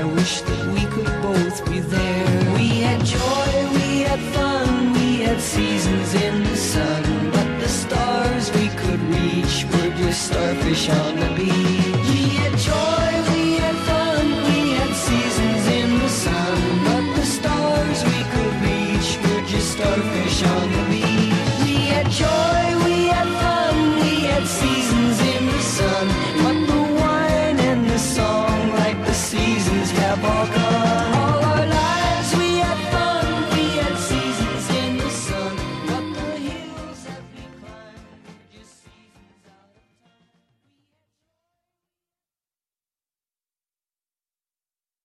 [SPEAKER 11] I wish that we could both be there. We had joy, we had fun, we had seasons in the sun, but the stars we could reach were just starfish on the beach. We had joy, we had fun, we had seasons in the sun, but the stars we could reach were just starfish on the beach. We had joy, we had fun, we had seasons in the sun, but the wine and the song, like the seasons have all gone.